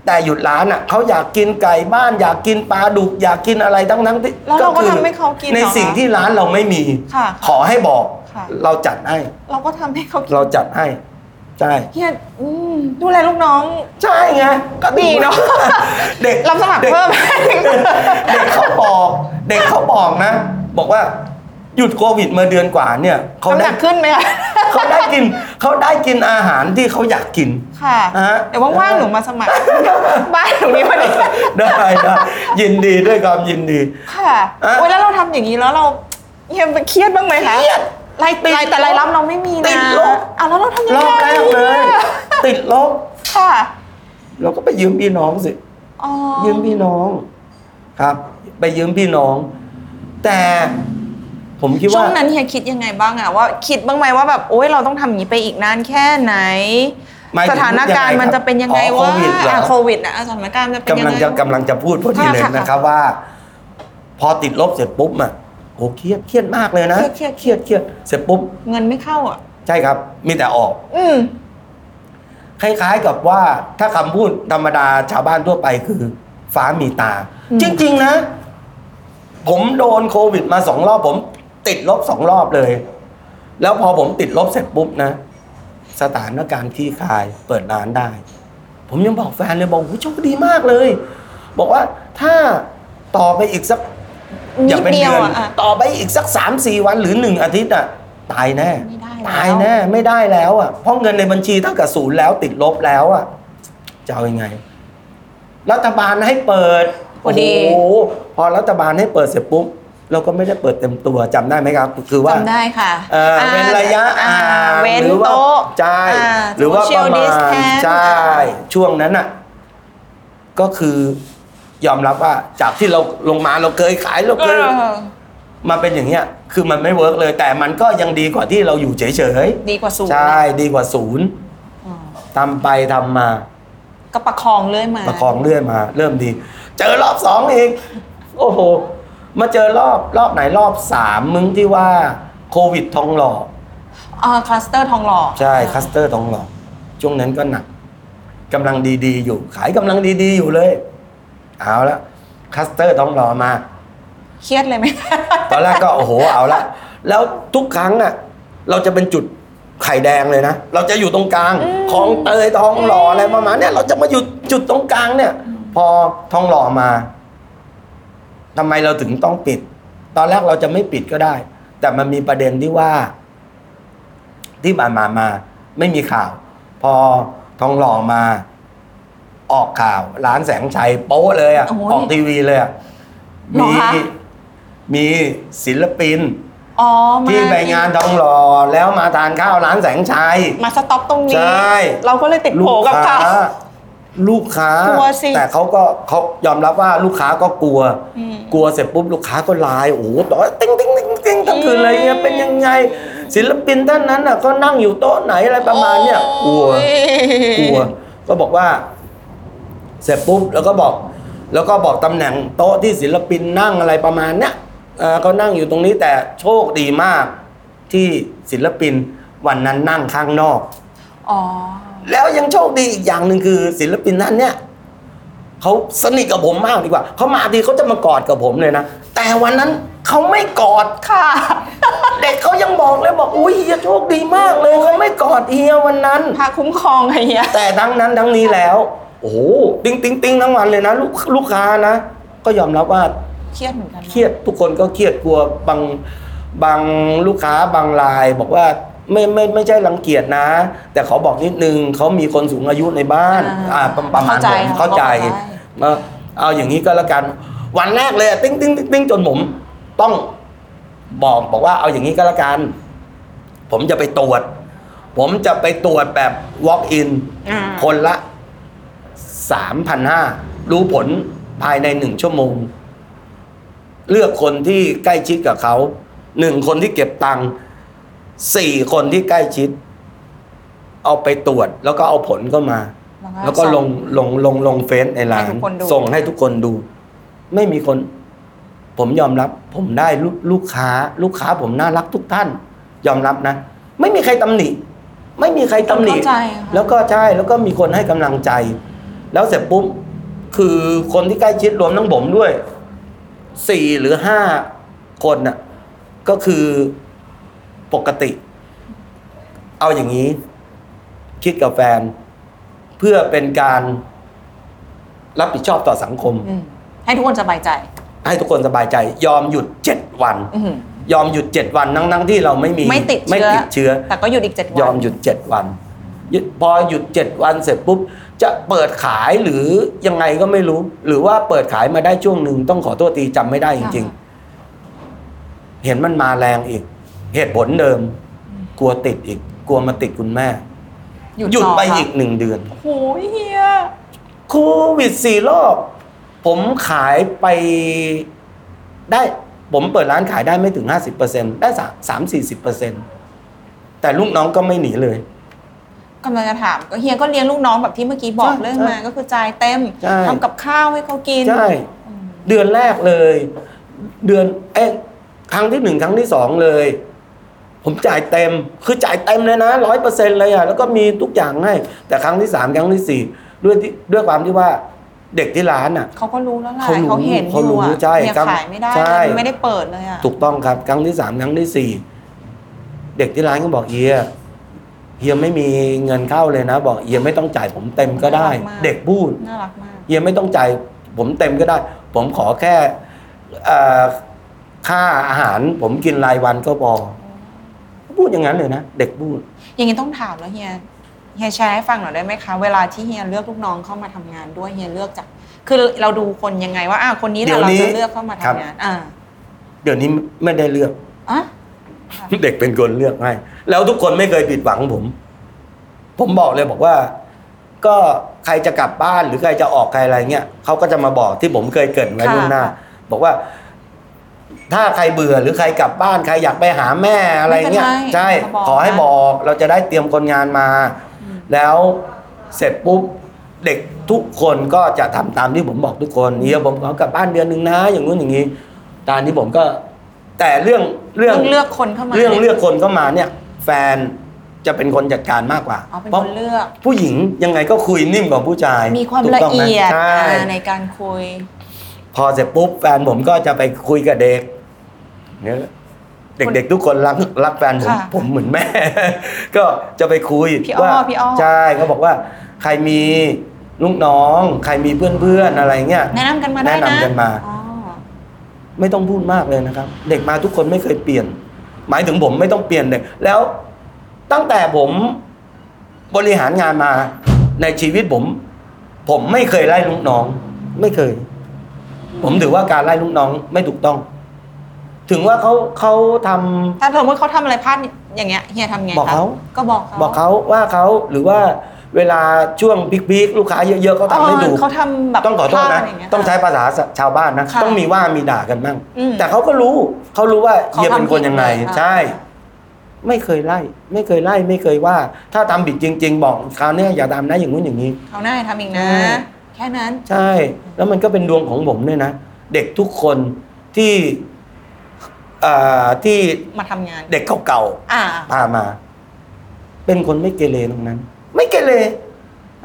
S4: แต่หยุดร้านอะเขาอยากกินไก่บ้าน อยากกินปลาดุกอยากกินอะไรทั้งทั้งที่
S3: แล้วเราก็
S4: คือ
S3: ทำให้เขากิน
S4: ใน
S3: เหรอ
S4: สิ่งที่ร้านเราไม่มี
S3: ค่ะ
S4: ขอให้บอก
S3: ค่ะ
S4: เราจัดให้
S3: เราก็ทำให้เขากิน
S4: เราจัดให้ ใช่
S3: เฮียอืมดูแลลูกน้อง
S4: ใช่ไงก็
S3: ดีเนอะ
S4: เด็ก
S3: รับสมัคร
S4: ด็ก
S3: เพิ่ม
S4: เด็กเขาบอก เด็กเขาบอกนะ บอกว่าหยุดโควิดมาเดือนกว่าเนี่ยเขา
S3: น้ำห
S4: ได้
S3: นักขึ้นไหมคะ
S4: เขาได้กินเขาได้กินอาหารที่เขาอยากกิน
S3: ค่ะ
S4: ฮะ
S3: เดี๋ยวว่างๆหนูมาส
S4: [laughs]
S3: มัคร บ้านหนูนี้พอดี
S4: ได้ได้ยินดีด้วยความยินดี
S3: ค่ะ
S4: ฮะ
S3: โอ้ยแล้วเราทำอย่างนี้แล้วเราเฮียเครียดบ้างไหมคะ
S4: เครียด
S3: รายรายแต่รายรับเราไม่มี
S4: ติ
S3: นะ
S4: ดลบ
S3: อ่ะแล้วเราทำยัง
S4: ร
S3: ไง
S4: อบแรกเลย ติดลบ
S3: ค่ะ
S4: เราก็ไปยืมพี่น้องสิ
S3: อ๋อ
S4: ยืมพี่น้อง ครับ ไปยืมพี่น้อง แต่ผมคิด
S3: ช่
S4: ว่า
S3: วงนั้นเฮียคิดยังไงบ้างอะว่าคิดบ้างไหมว่าแบบโอ้ยเราต้องทำอย่างนี้ไปอีกนานแค่ไหน
S4: หมายถึง
S3: สถานการ
S4: ยั
S3: ณ์
S4: งไงครับ
S3: มันจะเป็นยังไง
S4: อ๋อ
S3: ว่า
S4: โควิดเหรอ
S3: ะโควิดนะ
S4: อ่
S3: อ่ะสถานการณ์จะเป็นยัง
S4: กำลัง
S3: ไง
S4: จะกำลังจะพูดพอดีเลย
S3: ค่ะค่ะ
S4: นะครับว่า พอติดลบเสร็จปุ๊บอ่ะโอ้เครียดเครียดมากเลยนะ
S3: เครียดเค
S4: เค
S3: รี
S4: รี
S3: ย
S4: ย
S3: ด
S4: ดเครียดเสร็จปุ๊บ
S3: เงินไม่เข้าอ่ะ
S4: ใช่ครับ มีแต่ออก
S3: อืม
S4: คล้ายๆกับว่าถ้าคำพูดธรรมดาชาวบ้านทั่วไปคือ ฟ้ามีตา จริง ๆ นะ ผมโดนโควิดมาสองรอบ ผมติดลบสองรอบเลย แล้วพอผมติดลบเสร็จปุ๊บนะ สถานการณ์ที่คลายเปิดร้านได้ ผมยังบอกแฟนเลยบอกโอ้โหโชคดีมากเลย บอกว่าถ้าต่อไปอีกสัก อย่าเป็น
S3: นิดเดียว
S4: เดือน
S3: อ่ะอ่ะ
S4: ต่อไปอีกสักสามสี่วันหรือหนึ่งอาทิตย์อ่ะ ตายแน่
S3: ไม่ได้แล้ว
S4: ตายแน่ ไม่ได้แล้วอ่ะเพราะเงินในบัญชีเท่ากับศูนย์แล้วติดลบแล้วอ่ะจะเอายังไง รัฐบาลให้เปิด
S3: พอดี
S4: โอ้โหพอรัฐบาลให้เปิดเสร็จปุ๊บเราก็ไม่ได้เปิดเต็มตัวจำได้ไหมครับ คือว่า
S3: จำได้ค่ะ
S4: เอ่อเว้นระยะ
S3: อ่า
S4: ห่าง
S3: เว้น
S4: หรือว่า
S3: โต๊ะ
S4: ใช่
S3: อ่า
S4: หรือว่าประ
S3: social
S4: มาณ
S3: distance
S4: ใช่ ช่วงนั้นอ่ะ ก็คือยอมรับว่าจากที่เราลงมาเราเคยขายเรา
S3: เอ
S4: เคย
S3: อ
S4: มาเป็นอย่างเงี้ย คือมันไม่เวิร์กเลย แต่มันก็ยังดีกว่าที่เราอยู่เฉย
S3: ดีกว่าศูน
S4: ๆ
S3: ย์
S4: ใช่ ดีกว่าศูนย์
S3: อ๋อ
S4: ทำไปทำมา
S3: ก็ประคองเรื่อยมา
S4: ประคองเรื่อยมา เริ่มดี เจอรอบสองอีก โอ้โห มาเจอรอบรอบไหนรอบสามมึงที่ว่าโควิดทองหล่อ
S3: อ่าคลัสเตอร์ทองหล่อ
S4: ใช่คัสเตอร์ทองหล่อช่วงนั้นก็หนักกำลังดีๆอยู่ ขายกำลังดีๆอยู่เลย เอาละคัสเตอร์ทองหล่อมา
S3: เครียดเลยไหม [laughs]
S4: ตอนแรกก็โอ้โหเอาละแล้วทุกครั้งอ่ะ เราจะเป็นจุดไข่แดงเลยนะ เราจะอยู่ตรงกลางทองเตยทองหล่ออะไรประมาณเนี้ยเราจะมาอยู่จุดตรงกลางเนี่ย พอทองหล่อมาทำไมเราถึงต้องปิด ตอนแรกเราจะไม่ปิดก็ได้ แต่มันมีประเด็นที่ว่า ที่ผ่านมามา ไม่มีข่าว พอทองหล่อมา ออกข่าว ร้านแสงชัยโป๊ะเลยอ่ะ
S3: โอ้ย
S4: ออกทีวีเลยอ่ะ
S3: หรอ
S4: มี
S3: คะ
S4: มีศิลปิน
S3: อ๋อมา
S4: ที่ไปงานทองหล่อแล้วมาทานข้าวร้านแสงชัย
S3: มาสต็อปตรงนี้
S4: ใช่
S3: เราก็เลยติดโผกับเขา
S4: ลูกค้า
S3: กลัวสิ
S4: แต่เขาก็เขายอมรับว่าลูกค้าก็กลัว
S3: อืม
S4: กลัวเสร็จปุ๊บลูกค้าก็ไลน์โอ้โหต่อติ้งติ้งติ้งติ้งทั้งคืนเลยเนี่ยเป็นยังไง ศิลปินท่านนั้นน่ะก็นั่งอยู่โต๊ะไหนอะไรประมาณเนี่ยกลัว
S3: โอ้ย
S4: กลัว ก็บอกว่า เสร็จปุ๊บแล้วก็บอก แล้วก็บอกตำแหน่งโต๊ะที่ศิลปินนั่งอะไรประมาณเนี้ยเอ่อเขานั่งอยู่ตรงนี้แต่โชคดีมาก ที่ศิลปินวันนั้นนั่งข้างนอก
S3: อ๋อ
S4: แล้วยังโชคดีอีกอย่างหนึ่งคือ ศิลปินท่านเนี่ยเขาสนิทกับผมมากดีกว่าเขามาทีเขาจะมากอดกับผมเลยนะแต่วันนั้นเขาไม่กอด
S3: ค่ะ
S4: เด็กเขายังบอกเลยบอกอุ้ยเฮียโชคดีมากเลยเขาไม่กอดเฮียวันนั้น
S3: พาคุ้มครองไงเฮีย
S4: แต่ทั้งนั้นทั้งนี้แล้ว โอ้โหติ้งติ้งติ้งทั้งวันเลยนะลูกลูกค้านะ ก็ยอมรับว่า
S3: เครียดเหมือนกันนะ
S4: เครียดทุกคนก็เครียดกลัวบางบางลูกค้าบางราย บอกว่าไม่ไม่ไม่ใช่รังเกียจนะ แต่ขอบอกนิดนึงเขามีคนสูงอายุในบ้านอ่าประประมาณผมเข้าใจเออเอาอย่างนี้ก็แล้วกัน วันแรกเลยติ้งติ้งติ้งติ้งจนผมต้อง บอกบอกว่าเอาอย่างนี้ก็แล้วกัน ผมจะไปตรวจ ผมจะไปตรวจแบบ walk in
S3: อ่า
S4: คนละ 3,500 รู้ผลภายในหนึ่งชั่วโมง เลือกคนที่ใกล้ชิดกับเขาหนึ่งคนที่เก็บตังค์สี่คนที่ใกล้ชิด เอาไปตรวจแล้วก็เอาผลเข้ามา แล้วก็ลงลงลงลงเฟซในไล
S3: ให้ทุ
S4: น์
S3: กคนดู
S4: ส่งให้ทุกคนดู ไม่มีคน ผมยอมรับ ผมได้ลูกลูกค้า ลูกค้าผมน่ารักทุกท่าน ยอมรับนะ ไม่มีใครตำหนิ ไม่มีใครตำหนิ
S3: เข้าใจค่ะ
S4: แล้วก็ใช่แล้วก็มีคนให้กำลังใจ แล้วเสร็จปุ๊บคือคนที่ใกล้ชิดรวมทั้งผมด้วยสี่หรือห้าคนน่ะ ก็คือปกติ เอาอย่างนี้ คิดกับแฟน เพื่อเป็นการรับผิดชอบต่อสังคม
S3: อืมให้ทุกคนสบายใจ
S4: ให้ทุกคนสบายใจ ยอมหยุดเจ็ดวัน
S3: อื้อหือย
S4: อมหยุดเจ็ดวันทั้งทั้งๆที่เราไม่มี
S3: ไม่ติด
S4: ไม่
S3: เชื้อ
S4: ติดเชื้อ
S3: แต่ก็หยุดอีกเจ็ดวัน
S4: ยอมหยุดเจ็ดวันหยุดพอหยุดเจ็ดวันเสร็จปุ๊บ จะเปิดขายหรือยังไงก็ไม่รู้ หรือว่าเปิดขายมาได้ช่วงหนึ่งต้องขอโทษทีจำไม่ได้จริง ๆ เห็นมันมาแรงอีก เหตุผลเดิม กลัวติดอีก กลัวมาติดคุณแม่ หยุด
S3: ต่
S4: ไป
S3: ค่ะ
S4: อีกหนึ่งเดือน
S3: โอ้ยเฮีย
S4: โควิดสี่รอบผมขายไปได้ ผมเปิดร้านขายได้ไม่ถึงห้าสิบเปอร์เซ็นได้สามสามสี่สิบเปอร์เซ็นแต่ลูกน้องก็ไม่หนีเลย
S3: กำลังจะถาม ก็เฮียก็เลี้ยงลูกน้องแบบที่เมื่อกี้บอก
S4: ใช่
S3: เรื่องมา
S4: ใช่
S3: ก็คือจ่ายเต็ม
S4: ใช่
S3: ทำกับข้าวให้เขากิน
S4: ใช่ เดือนแรกเลย เดือนเอ๊ะครั้งที่หนึ่งครั้งที่สองเลย ผมจ่ายเต็ม คือจ่ายเต็มเลยนะร้อยเปอร์เซ็นเลยอ่ะแล้วก็มีทุกอย่างให้ แต่ครั้งที่สามครั้งที่สี่ด้วยที่ด้วยความที่ว่าเด็กที่ร้านอ่ะ
S3: เขาก็รู้แล้วล่ะ
S4: เขารู้
S3: เขาเห็นอ
S4: เขารู้
S3: ยู่อะ
S4: ใช่
S3: เฮีย
S4: ครับ
S3: ขายไม่ได้
S4: ใช่
S3: มันไม่ได้เปิดเลยอะ
S4: ถูกต้องครับ ครั้งที่สามครั้งที่สี่เด็กที่ร้านก็บอกเฮียเฮียไม่มีเงินเข้าเลยนะ บอกเฮียไม่ต้องจ่ายผมเต็มก็ได้ เด็กพูด
S3: น่ารักมาก
S4: เฮียไม่ต้องจ่ายผมเต็มก็ได้ ผมขอแค่เอ่อค่าอาหาร ผมกินรายวันก็พอพูดอย่างนั้นเลยนะ เด็กพูด
S3: อย่างนี้ต้องถามแล้วเฮียเฮียแชร์ให้ฟังหน่อยได้ไหมคะ เวลาที่เฮียเลือกลูกน้องเข้ามาทำงานด้วยเฮียเลือกจาก คือเราดูคนยังไงว่าอ่าคนนี้แหละ
S4: เดี๋ยว
S3: เรา
S4: นี้
S3: จะเลือกเข้ามาทำ
S4: ครับ
S3: งาน อ่า
S4: เดี๋ยวนี้ไม่ได้เลือก
S3: อ่ะ
S4: เด็กเป็นคนเลือกให้ แล้วทุกคนไม่เคยผิดหวังผม ผมบอกเลยบอกว่า ก็ใครจะกลับบ้านหรือใครจะออกใครอะไรเงี้ยเขาก็จะมาบอกที่ผมเคยเกริดไว้
S3: ค่ะ
S4: ล่วงหน้า บอกว่า ถ้าใครเบื่อหรือใครกลับบ้านใครอยากไปหาแม่อะไรเงี้ย
S3: ไม่เป็นไร
S4: ใช่
S3: มาบอก
S4: ขอให้
S3: นะ
S4: บอกเราจะได้เตรียมคนงานมา แล้วเสร็จปุ๊บเด็กทุกคนก็จะทำตามที่ผมบอกทุกคนเฮียผมขอกลับบ้านเดือนหนึ่งนะ อย่างนู้นอย่างนี้ตามที่ผมก็ แต่เรื่อง
S3: เรื่
S4: เรื่อ
S3: อง งเลือกคนเข้ามา
S4: เรื่องเลือกคนเข้ามาเนี่ย แฟนจะเป็นคนจัดการมากกว่า
S3: อ๋อเป็น
S4: เพราะ
S3: คนเลือก
S4: ผู้หญิงยังไงก็คุยนิ่มกว่าผู้ชาย
S3: มีความ
S4: ถูก
S3: ละ
S4: ต้องไห
S3: เอียด
S4: ใช่
S3: อ่าในการคุย
S4: พอเสร็จปุ๊บแฟนผมก็จะไปคุยกับเด็กเนี่ยเด็กๆทุกคนรักรักแฟนผม
S3: ค่ะ
S4: ผมเหมือนแม่ [laughs] ก็จะไปคุย
S3: พี่อ้อ
S4: ว่า
S3: พี่อ้อ
S4: ใช่เขาบอกว่า ใครมีลูกน้อง ใครมีเพื่อนๆอะไรเงี้ย
S3: แนะนำกันมาได้
S4: แนะ
S3: นะ
S4: นำกันมา
S3: อ๋อ
S4: ไม่ต้องพูดมากเลยนะครับ เด็กมาทุกคนไม่เคยเปลี่ยน หมายถึงผมไม่ต้องเปลี่ยนเลย แล้วตั้งแต่ผมบริหารงานมาในชีวิตผม ผมไม่เคยไล่ลูกน้อง ไม่เคย ผมถือว่าการไล่ลูกน้องไม่ถูกต้อง ถึงว่าเขาเขาทำ
S3: ถ้าสมมติเขาทำอะไรพลาดอย่างเงี้ยเฮียทำไง
S4: บอกเขา
S3: ครับก็บอกเขา
S4: บอกเขาว่าเขาหรือว่าเวลาช่วงพีคๆลูกค้าเยอะๆเขาทำไม่
S3: อ๋อ
S4: ถูก
S3: เขาทำแบบ
S4: ต้องขอโทษ
S3: พลา
S4: นะ
S3: ดย่าเย
S4: ต้องใช้ภาษาชาวบ้านนะ
S3: ค่ะ
S4: ต้องมีว่ามีด่ากันบ้าง
S3: อืม
S4: แต่เขาก็รู้ เขารู้ว่า
S3: เขา
S4: เฮียเป็นคนยังไง
S3: ทำผิดเลย
S4: ใช่
S3: อ่า
S4: ไม่เคยไล่ ไม่เคยไล่ ไม่เคยว่า ถ้าทำผิดจริง ๆ บอกคราวเนี้ยอย่าทำนะอย่างนู้นอย่างนี้
S3: เขาหน้าให้ทำอีกนะ
S4: ใช่
S3: แค่นั้น
S4: ใช่ แล้วมันก็เป็นดวงของผมด้วยนะ เด็กทุกคนที่เอ่อที่
S3: มาทำงาน
S4: เด็กเก่า
S3: อ่า
S4: ๆพามา เป็นคนไม่เกเรตรงนั้น ไม่เกเร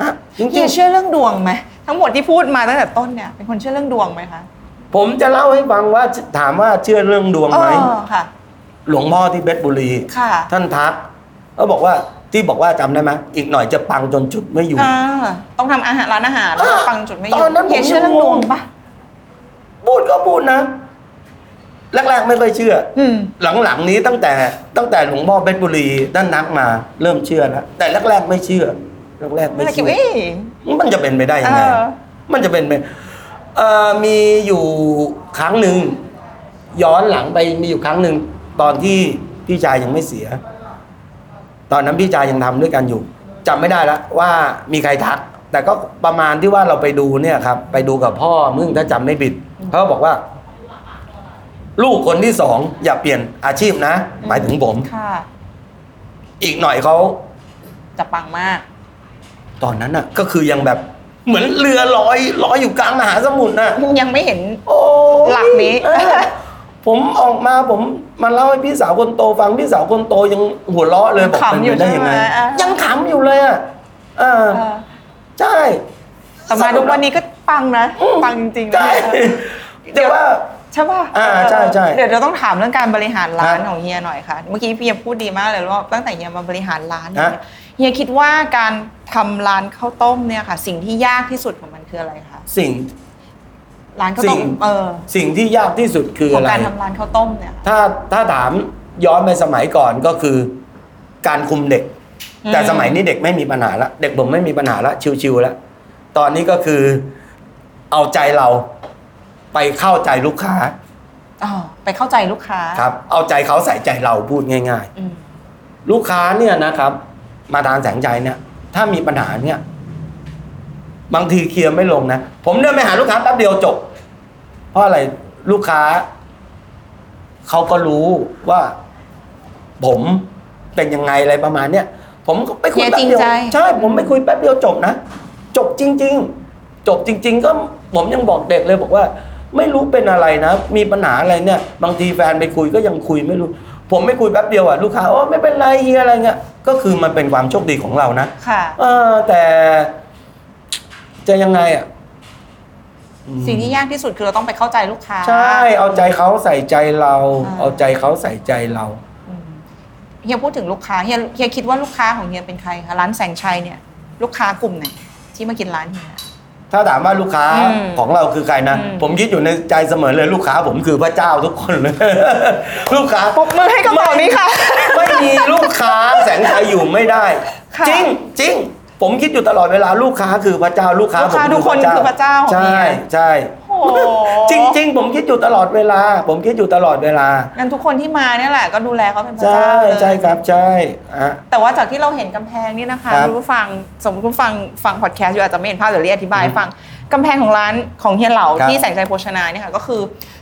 S4: อ่ะจ
S3: เฮี
S4: ริง
S3: ยเชื่อเรื่องดวงไหมทั้งหมดที่พูดมาตั้งแต่ต้นเนี่ยเป็นคนเชื่อเรื่องดวงไหมคะ
S4: ๆ ผมจะเล่าให้ฟังว่าถามว่าเชื่อเรื่องดวงไหม
S3: เออค่ะ
S4: หลวงพ่อที่เพชรบุรี
S3: ค่ะ
S4: ท่านทักแล้วบอกว่าที่บอกว่าจำได้ไหมอีกหน่อยจะปังจนจุดไม่อยู่
S3: อ่าต้องทำอาหารร้านอาหารแล้วก็ฟังจุดไม่หยุ
S4: ตอนนั้นผม
S3: เฮียเชื่อเรื่องดวงปะ
S4: พูดก็พูดนะแรกๆไม่ค่อยเชื่อ
S3: อืม
S4: หลังๆนี้ตั้งแต่ตั้งแต่หลวงพ่อเพชรบุรีท่านนักมา เริ่มเชื่อแล้วแต่แรกๆไม่เชื่อแรกๆ
S3: ไม่
S4: ไม่
S3: ได้คิดว่า
S4: เชื่อ
S3: เอ๊ะ
S4: มันจะเป็นไปได้ยังไง
S3: เออ
S4: มันจะเป็นไปเอ่อมีอยู่ครั้งหนึ่งย้อนหลังไปมีอยู่ครั้งหนึ่ง ตอนที่พี่ชายยังไม่เสีย ตอนนั้นพี่ชายยังทำด้วยกันอยู่จำไม่ได้ละว่ามีใครทัก แต่ก็ประมาณที่ว่าเราไปดูเนี่ยครับ ไปดูกับพ่อมึงถ้าจำไม่ผิดเขาก็บอกว่า ลูกคนที่สองอย่าเปลี่ยนอาชีพนะหมายถึงผม
S3: ค่ะ
S4: อีกหน่อยเขา
S3: จะปังมาก
S4: ตอนนั้นน่ะ ก็คือยังแบบเหมือนเรือลอยลอยอยู่กลางมหาสมุทรน่ะ
S3: ยังไม่เห็น
S4: โอ้ย
S3: หลักนี้
S4: เออผมออกมาผมมาเล่าให้พี่สาวคนโตฟังพี่สาวคนโตยังหัวเราะเลยบอกเป็น
S3: ขำอยู่
S4: ไปได้ยังไง
S3: ใช่ไหมอ่ะ
S4: ยังขำอยู่เลยอ่ะเออ
S3: เออ
S4: ใช่
S3: แต่มาทุกวันนี้ก็ปังนะ
S4: อืม
S3: ปังจริงๆนะ
S4: ใช่แต่ว่า
S3: ใช่ป่ะ
S4: อ่าใช่ใช่
S3: เดี๋ยวเราต้องถามเรื่องการบริหารร้าน
S4: ครับ
S3: ของเฮียหน่อยค่ะ เมื่อกี้พี่เฮียพูดดีมากเลยว่าตั้งแต่เฮียมาบริหารร้านเนี่ย
S4: ฮะ
S3: เฮียคิดว่าการทำร้านข้าวต้มเนี่ยค่ะ สิ่งที่ยากที่สุดของมันคืออะไรคะ
S4: สิ่ง
S3: ร้านข้าวต้ม
S4: สิ่ง
S3: เออ
S4: สิ่งที่ยากที่สุดคือ
S3: ของ
S4: อะไร
S3: การทำร้านข้าวต้มเนี่ยค่ะ
S4: ถ้าถ้าถามย้อนไปสมัยก่อนก็คือ การคุมเด็ก
S3: อืม
S4: แต่สมัยนี้เด็กไม่มีปัญหาละเด็กผมไม่มีปัญหาละชิวๆละตอนนี้ก็คือเอาใจเราไปเข้าใจลูกค้า
S3: อ๋อไปเข้าใจลูกค้า
S4: ครับ เอาใจเขาใส่ใจเราพูดง่าย
S3: อืม
S4: ๆ ลูกค้าเนี่ยนะครับ มาทางแสงใจเนี่ย ถ้ามีปัญหาเนี่ย บางทีเคลียร์ไม่ลงนะผมเดินไปหาลูกค้าแป๊บเดียวจบ เพราะอะไรลูกค้าเขาก็รู้ว่า ผมเป็นยังไงอะไรประมาณเนี้ยผมก็ไปคุยแป๊บเดียวใช่ ผมไปคุยแป๊บเดียวจบนะจบจริง ๆ จบจริง ๆ ก็ผมยังบอกเด็กเลยบอกว่า ไม่รู้เป็นอะไรนะมีปัญหาอะไรเนี่ย บางทีแฟนไปคุยก็ยังคุยไม่รู้ ผมไม่คุยแป๊บเดียวอะลูกค้าโอ้ไม่เป็นไรเฮียอะไรเงี้ยก็คือมันเป็นความโชคดีของเรานะ
S3: ค่ะ
S4: เออแต่จะยังไงอ่ะ
S3: สิ่งที่ยากที่สุดคือเราต้องไปเข้าใจลูกค้า
S4: ใช่เอาใจเขาใส่ใจเรา
S3: อ่า
S4: เอาใจเขาใส่ใจเรา
S3: อืมเฮียพูดถึงลูกค้าเฮียเฮียคิดว่าลูกค้าของเฮียเป็นใครคะร้านแสงชัยเนี่ย ลูกค้ากลุ่มไหนที่มากินร้านเฮีย
S4: ถ้าถามว่าลูกค้า
S3: อืม
S4: ของเราคือใครนะ
S3: อืม
S4: ผมคิดอยู่ในใจเสมอเลยลูกค้าผมคือพระเจ้าทุกคนเลย [laughs] ลูกค้า
S3: ปรบมือให้กับบอกนี้ค่ะ
S4: ไม่ไม่มีลูกค้าแสงชัยอยู่ไม่ได้
S3: ค่ะ
S4: จริงจริงผมคิดอยู่ตลอดเวลาลูกค้าคือพระเจ้าลูกค้า
S3: ลูกค้า
S4: ผม
S3: ทุกคนคือพระเจ้าของ
S4: ใช่
S3: เนี่ย
S4: ใช่
S3: โอ้โห
S4: จริงจริง ๆ ผมคิดอยู่ตลอดเวลา ผมคิดอยู่ตลอดเวลา
S3: งั้นทุกคนที่มาเนี่ยแหละก็ดูแลเขาเป็นพระ
S4: ใช่
S3: เจ้าเลย
S4: ใช่ครับใช่อะ
S3: แต่ว่าจากที่เราเห็นกำแพงนี่นะคะ
S4: ครับ
S3: คุณผู้ฟังสมมติคุณฟังฟังพอดแคสต์อยู่อาจจะไม่เห็นภาพเดี๋ยวเรียกอธิบาย
S4: อืม
S3: ให้ฟังกำแพงของร้านของเฮียเหล่า
S4: ครับ
S3: ที่แสงชัยโภชนาเนี่ยค่ะก็คือ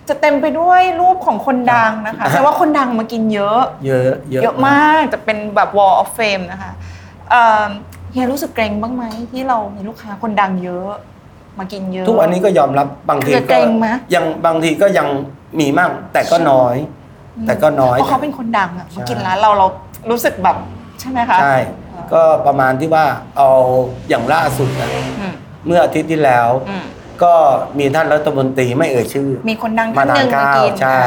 S3: จะเต็มไปด้วยรูปของคนดังนะคะ
S4: อ่าฮะ
S3: แสดงว่าคนดังมากินเยอะ
S4: เยอะ เยอะ
S3: เยอะมากจะเป็นแบบ wall of fame นะคะเอ่อเฮียรู้สึกเกรงบ้างไหมที่เรามีลูกค้าคนดังเยอะ มากินเยอะ
S4: ทุกวันนี้ก็ยอมรับบางที
S3: เกรงไหม
S4: ยังบางทีก็ยังมีมาก แต่ก็น้อย แต่ก็น้อย
S3: เพราะเขาเป็นคนดังอะ
S4: ใช่
S3: มากินร้านเราเรารู้สึกแบบใช่ไหมคะ
S4: ใช่ ก็ประมาณที่ว่าเอาอย่างล่าสุดนะ
S3: อืม
S4: เมื่ออาทิตย์ที่แล้ว
S3: อืม
S4: ก็มีท่านรัฐมนตรีไม่เอ่ยชื่อ
S3: มีคนดัง
S4: มา
S3: ท่านห
S4: ทาน
S3: นึ่งมา
S4: ข้าว
S3: กิน
S4: ใช่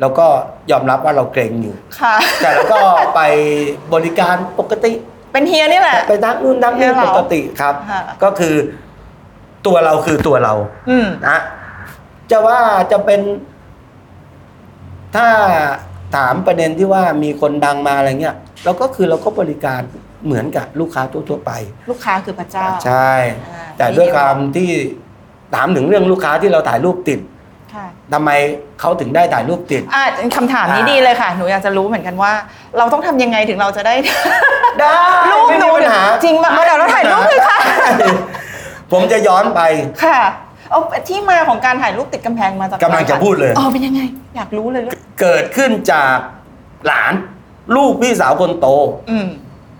S4: แล้วก็ยอมรับว่าเราเกรงอยู่
S3: ค่ะ
S4: แต่เราก็ไปบริการปกติ
S3: เป็นเฮียนี่แหละ
S4: ไปทักนู่นทักนี่ปกติครับ
S3: ค่ะ
S4: ก็คือตัวเราคือตัวเรา
S3: อืม
S4: นะจะว่าจะเป็น ถ้าถามประเด็นที่ว่ามีคนดังมาอะไรเงี้ยเราก็คือเราก็บริการเหมือนกับลูกค้าทั่วๆไป
S3: ลูกค้าคือพระเจ้า
S4: ใช่
S3: อ่า
S4: แต่ด้วยความที่ถามถึงเรื่องลูกค้าที่เราถ่ายรูปติด
S3: ค่ะ
S4: ทำไมเขาถึงได้ถ่ายรูปติด
S3: อ่ะคำถามนี้
S4: อ่า
S3: ดีเลยค่ะ หนูอยากจะรู้เหมือนกันว่า เราต้องทำยังไงถึงเราจะได้
S4: ได้
S3: [laughs] รูป
S4: ไม่
S3: หนู
S4: มีปัญหา
S3: จริงป่ะเอาเดี๋ยวเราถ่ายรูปเลยค่ะ
S4: ผมจะย้อนไป
S3: ค่ะเอาที่มาของการถ่ายรูปติดกำแพงมาจาก
S4: กำลังจะพูดเลย
S3: อ๋อเป็นยังไง อยากรู้เลยลูก
S4: เกิดขึ้นจากหลานลูกพี่สาวคนโต
S3: อืม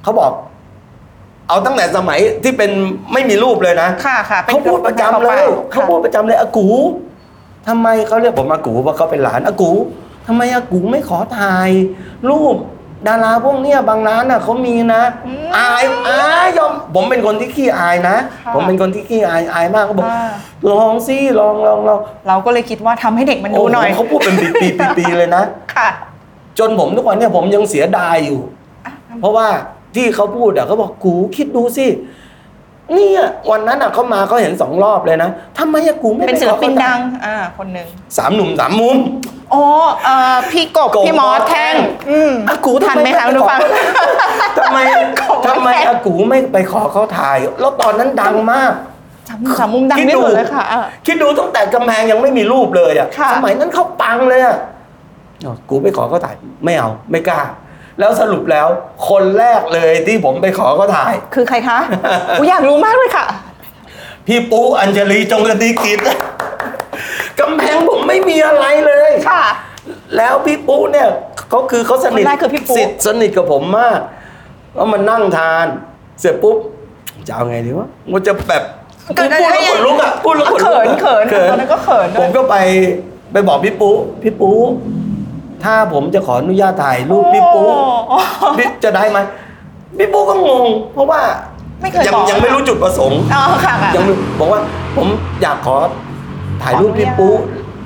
S4: เขาบอก เอาตั้งแต่สมัยที่เป็นไม่มีรูปเลยนะ
S3: ค่ะค่ะน
S4: เขาพูดประจำเลยเขา
S3: ค่ะ
S4: พูดประจำเลยอากูทำไมเขาเรียกผมอากูเพราะเขาเป็นหลานอากูทำไมอากูไม่ขอถ่าย รูปดาราพวกเนี้ยบางร้านน่ะเขามีนะ อายอายยอมผมเป็นคนที่ขี้อายนะ
S3: ะ
S4: ผมเป็นคนที่ขี้อายอายมากเขาบอก
S3: อ่า
S4: ลองสิลองลองลอง
S3: เราก็เลยคิดว่าทำให้เด็กมันดูหน่อย
S4: โโเขาพูดเป็นปีปีปีปีเลยนะ
S3: ค่ะ
S4: จนผมทุกวันเนี่ยผมยังเสียดายอยู่ เพราะว่าที่เขาพูดอะเขาบอกกูคิดดูสิเนี่ยวันนั้นอะเขามาเขาเห็นสองรอบเลยนะทำไมอะกูไม่
S3: เป็นศิลปิน
S4: ขอเขา
S3: ดั
S4: ถ่าย
S3: ง อ่า คนหนึ่ง
S4: สามหนุ่มสามมุม
S3: โอ้เอ่อพี่กบ
S4: กบ
S3: พี่มอสแท่ง อืม
S4: อ่ะกู
S3: ทันไหมคะคุณ
S4: ทำไม
S3: ผู้ฟัง
S4: ทำไม
S3: [laughs] ของ
S4: ทำไม
S3: แม่
S4: อะกูไม่ไปขอเขาถ่าย แล้วตอนนั้นดังมาก
S3: สามสามมุมดังที่สุดเลยค่ะอ่ะ
S4: คิดดูตั้งแต่กำแพงยังไม่มีรูปเลยอะ
S3: ค่ะ
S4: สมัยนั้นเขาปังเลยอะ อ๋อกูไปขอเขาถ่ายไม่เอาไม่กล้า แล้วสรุปแล้วคนแรกเลยที่ผมไปขอเขาถ่าย
S3: คือใครคะกูอยากรู้มากเลยค่ะ
S4: พี่ปุ๊อัญชลีจงกระดิกิจ [laughs] กำแพงผมไม่มีอะไรเลย
S3: ค่ะ
S4: แล้วพี่ปุ๊เนี่ยเขาคือเขาสนิท
S3: คนแรกคือพี่ปุ๊
S4: สิทธิ์สนิทกับผมมากก็มานั่งทาน เสร็จปุ๊บจะเอาไงดีวะมันจะแบบ
S3: เกิดอะ
S4: พูด
S3: ไร
S4: แล้วขนลุกอ่ะพูดแล้วขนลุก
S3: เขิน
S4: อะ
S3: เขินตอนนั้นก็เขินด้
S4: ผ
S3: วย
S4: มก็ไปไปบอกพี่ปุ๊พี่ปุ๊ถ้าผมจะขออนุญาตถ่ายรูปพี่ปุ๊
S3: โอ้
S4: พี่จะได้ไหมพี่ปุ๊ก็งง เพราะว่า
S3: ไม่เคย
S4: ยัง
S3: บอก
S4: ยังไม่รู้จุดประสงค์
S3: อ๋อค่ะค่ะ
S4: ยังบอกว่าผมอยากขอถ่ายรูป
S3: ขออนุญาต
S4: พี่ปู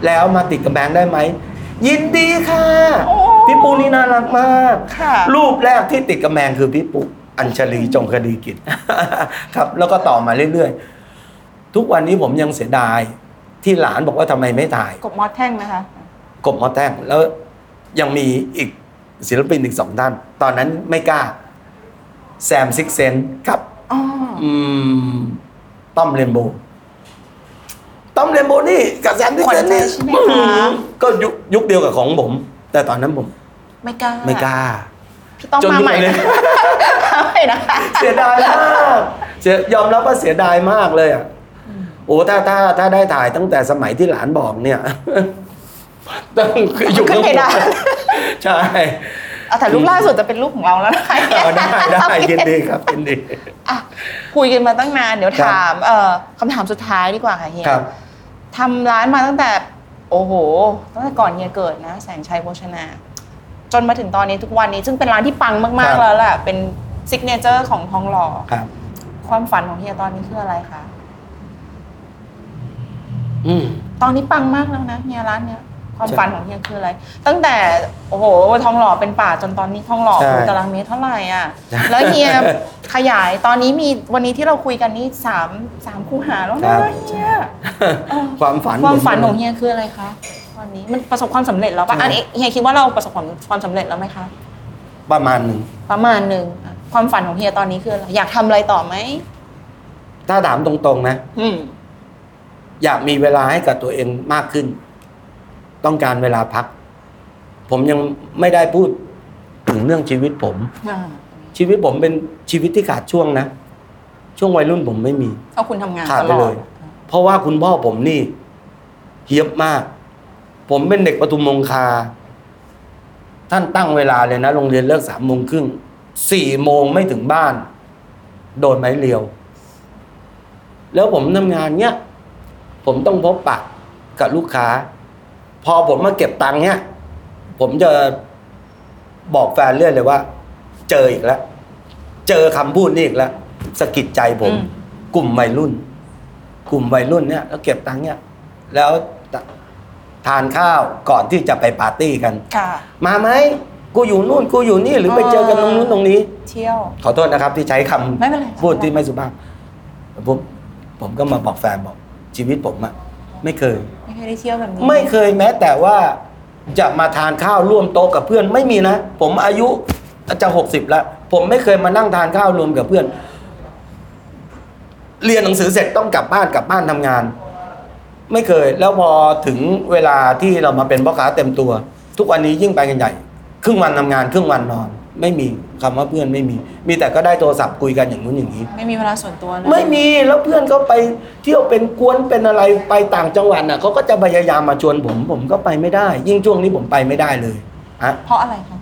S4: แล้วมาติดกำแพงได้ไหม ยินดีค่ะ
S3: โอ้
S4: พี่ปูนี่น่ารักมาก
S3: ค่ะ
S4: รูปแรกที่ติดกำแพงคือพี่ปูอัญชลีจงคดีกิจ [laughs] ครับแล้วก็ต่อมาเรื่อยๆ ทุกวันนี้ผมยังเสียดาย ที่หลานบอกว่าทำไมไม่ถ่าย
S3: กบมอดแท่งนะคะ
S4: กบหมอแท่งแล้วยังมีอีกศิลปินอีกสองท่าน ตอนนั้นไม่กล้า แซมซิกเซนกับ
S3: อ๋อ
S4: อืมต้อมเรนโบว์ต้อมเรนโบว์นี่กับแซมดิ
S3: ขวัญ
S4: เกน
S3: ใจ
S4: นี่
S3: ใช่ไหมคะ
S4: อื้อหือก็ยุคยุคเดียวกับของผม แต่ตอนนั้นผม
S3: ไม่กล้า
S4: ไม่กล้า
S3: พี่ต้อง
S4: จน
S3: มา
S4: ยุค
S3: ใหม่
S4: เลย
S3: นะมาใหม่นะคะ
S4: เสียดายมากเสียยอมรับว่าเสียดายมากเลยอ่ะโอ้ถ้าถ้าถ้าได้ถ่ายตั้งแต่สมัยที่หลานบอกเนี่ย [laughs] ต้องอยู่
S3: ขึ้นเพดาน
S4: [laughs] ใช่
S3: เอาแต่รูปล่าสุดจะเป็นรูปของเราแล้วนะคะ
S4: เอาได้
S3: [laughs]
S4: ได้ยินดีครับยินดี
S3: อ่ะคุยกันมาตั้งนาน เดี๋ยว
S4: ครับ
S3: ถามเอ่อคำถามสุดท้ายดีกว่าค่ะเฮีย
S4: ครับ
S3: ทำร้านมาตั้งแต่ โอ้โห ตั้งแต่ก่อนเฮียเกิดนะ แสงชัยโภชนา จนมาถึงตอนนี้ทุกวันนี้ ซึ่งเป็นร้านที่ปัง
S4: ครั
S3: มาก
S4: บ
S3: ๆแล้วแหละเป็นซิกเนเจอร์ของทองหล่อ
S4: ครับ
S3: ความฝันของเฮียตอนนี้คืออะไรคะ
S4: อืม [laughs]
S3: ตอนนี้ปังมากแล้วนะเฮียร้านเนี้ยความ
S4: ใช่
S3: ฝันของเฮียคืออะไร ตั้งแต่โอ้โหทองหล่อเป็นป่าจนตอนนี้ทองหล่อ
S4: ใช่
S3: คูณตารางเมตรเท่าไหร่อ่ะ
S4: ใช่
S3: แล้วเฮี
S4: [laughs]
S3: ยขยายตอนนี้มีวันนี้ที่เราคุยกันนี่สามสามคูหาแล้ว
S4: ค
S3: นะ
S4: รับ
S3: เฮียเออ
S4: ความฝัน
S3: ความฝันของเฮียคืออะไรคะตอนนี้มันประสบความสำเร็จแล้วปะ
S4: ใช่
S3: อันนี้เฮียคิดว่าเราประสบความความสำเร็จแล้วไหมคะ
S4: ประมาณหนึ่ง
S3: ประมาณหนึ่งอ่ะความฝันของเฮียตอนนี้คืออะไรอยากทำอะไรต่อไหม
S4: ถ้าถามตรงๆนะ
S3: อืม
S4: อยากมีเวลาให้กับตัวเองมากขึ้น ต้องการเวลาพัก ผมยังไม่ได้พูดถึงเรื่องชีวิตผม
S3: อ่า
S4: ชีวิตผมเป็นชีวิตที่ขาดช่วงนะ ช่วงวัยรุ่นผมไม่มี
S3: เอาคุณทำงาน
S4: ขาด
S3: ต
S4: ไป
S3: ลอ
S4: เล
S3: ด
S4: ย เพราะว่าคุณพ่อผมนี่เฮียบมาก ผมเป็นเด็กปทุมมงคา ท่านตั้งเวลาเลยนะโรงเรียนเลิกสามโมงครึ่งสี่โมงไม่ถึงบ้าน โดนไม้เรียว แล้วผมทำงานเนี้ยผมต้องพบปะกับลูกค้า พอผมมาเก็บตังค์เนี้ยผมจะบอกแฟนเรื่อยเลยว่า เจออีกแล้ว เจอคำพูดนี่อีกแล้วสะกิดใจผม กลุ่มวัยรุ่น กลุ่มวัยรุ่นเนี่ยแล้วเก็บตังค์เนี่ยแล้วตะทานข้าวก่อนที่จะไปปาร์ตี้กัน
S3: ค่ะ
S4: มาไหมกูอยู่นู่นกูอยู่นี่หรือไปเจอกันตรงนู้นตรงนี้
S3: เที่ยว
S4: ขอโทษนะครับ ที่ใช้คำ
S3: ไม่เป็นไรค่ะ
S4: พูดที่ไม่สุภาพผมผมก็มาบอกแฟนบอก ชีวิตผมอะไม่เคย
S3: ไม่เคยได้เที่ยวแบบนี้
S4: ไม่เคยแม้แต่ว่าจะมาทานข้าวร่วมโต๊ะกับเพื่อนไม่มีนะ ผมอายุจะหกสิบแล้ว ผมไม่เคยมานั่งทานข้าวรวมกับเพื่อน เรียนหนังสือเสร็จต้องกลับบ้านกลับบ้านทำงาน ไม่เคย แล้วพอถึงเวลาที่เรามาเป็นพ่อค้าเต็มตัว ทุกวันนี้ยิ่งไปกันใหญ่ ครึ่งวันทำงาน ครึ่งวันนอน ไม่มีคำว่าเพื่อนไม่มี มีแต่ก็ได้โทรศัพท์คุยกันอย่างนู้นอย่างนี้
S3: ไม่มีเวลาส่วนตัวเลย
S4: ไม่มีแล้วเพื่อนเขาไปเที่ยวเป็นกวนเป็นอะไรไปต่างจังหวัดน่ะเขาก็จะพยายามมาชวนผม ผมก็ไปไม่ได้ ยิ่งช่วงนี้ผมไปไม่ได้เลยอะ
S3: เพราะอะไรคะ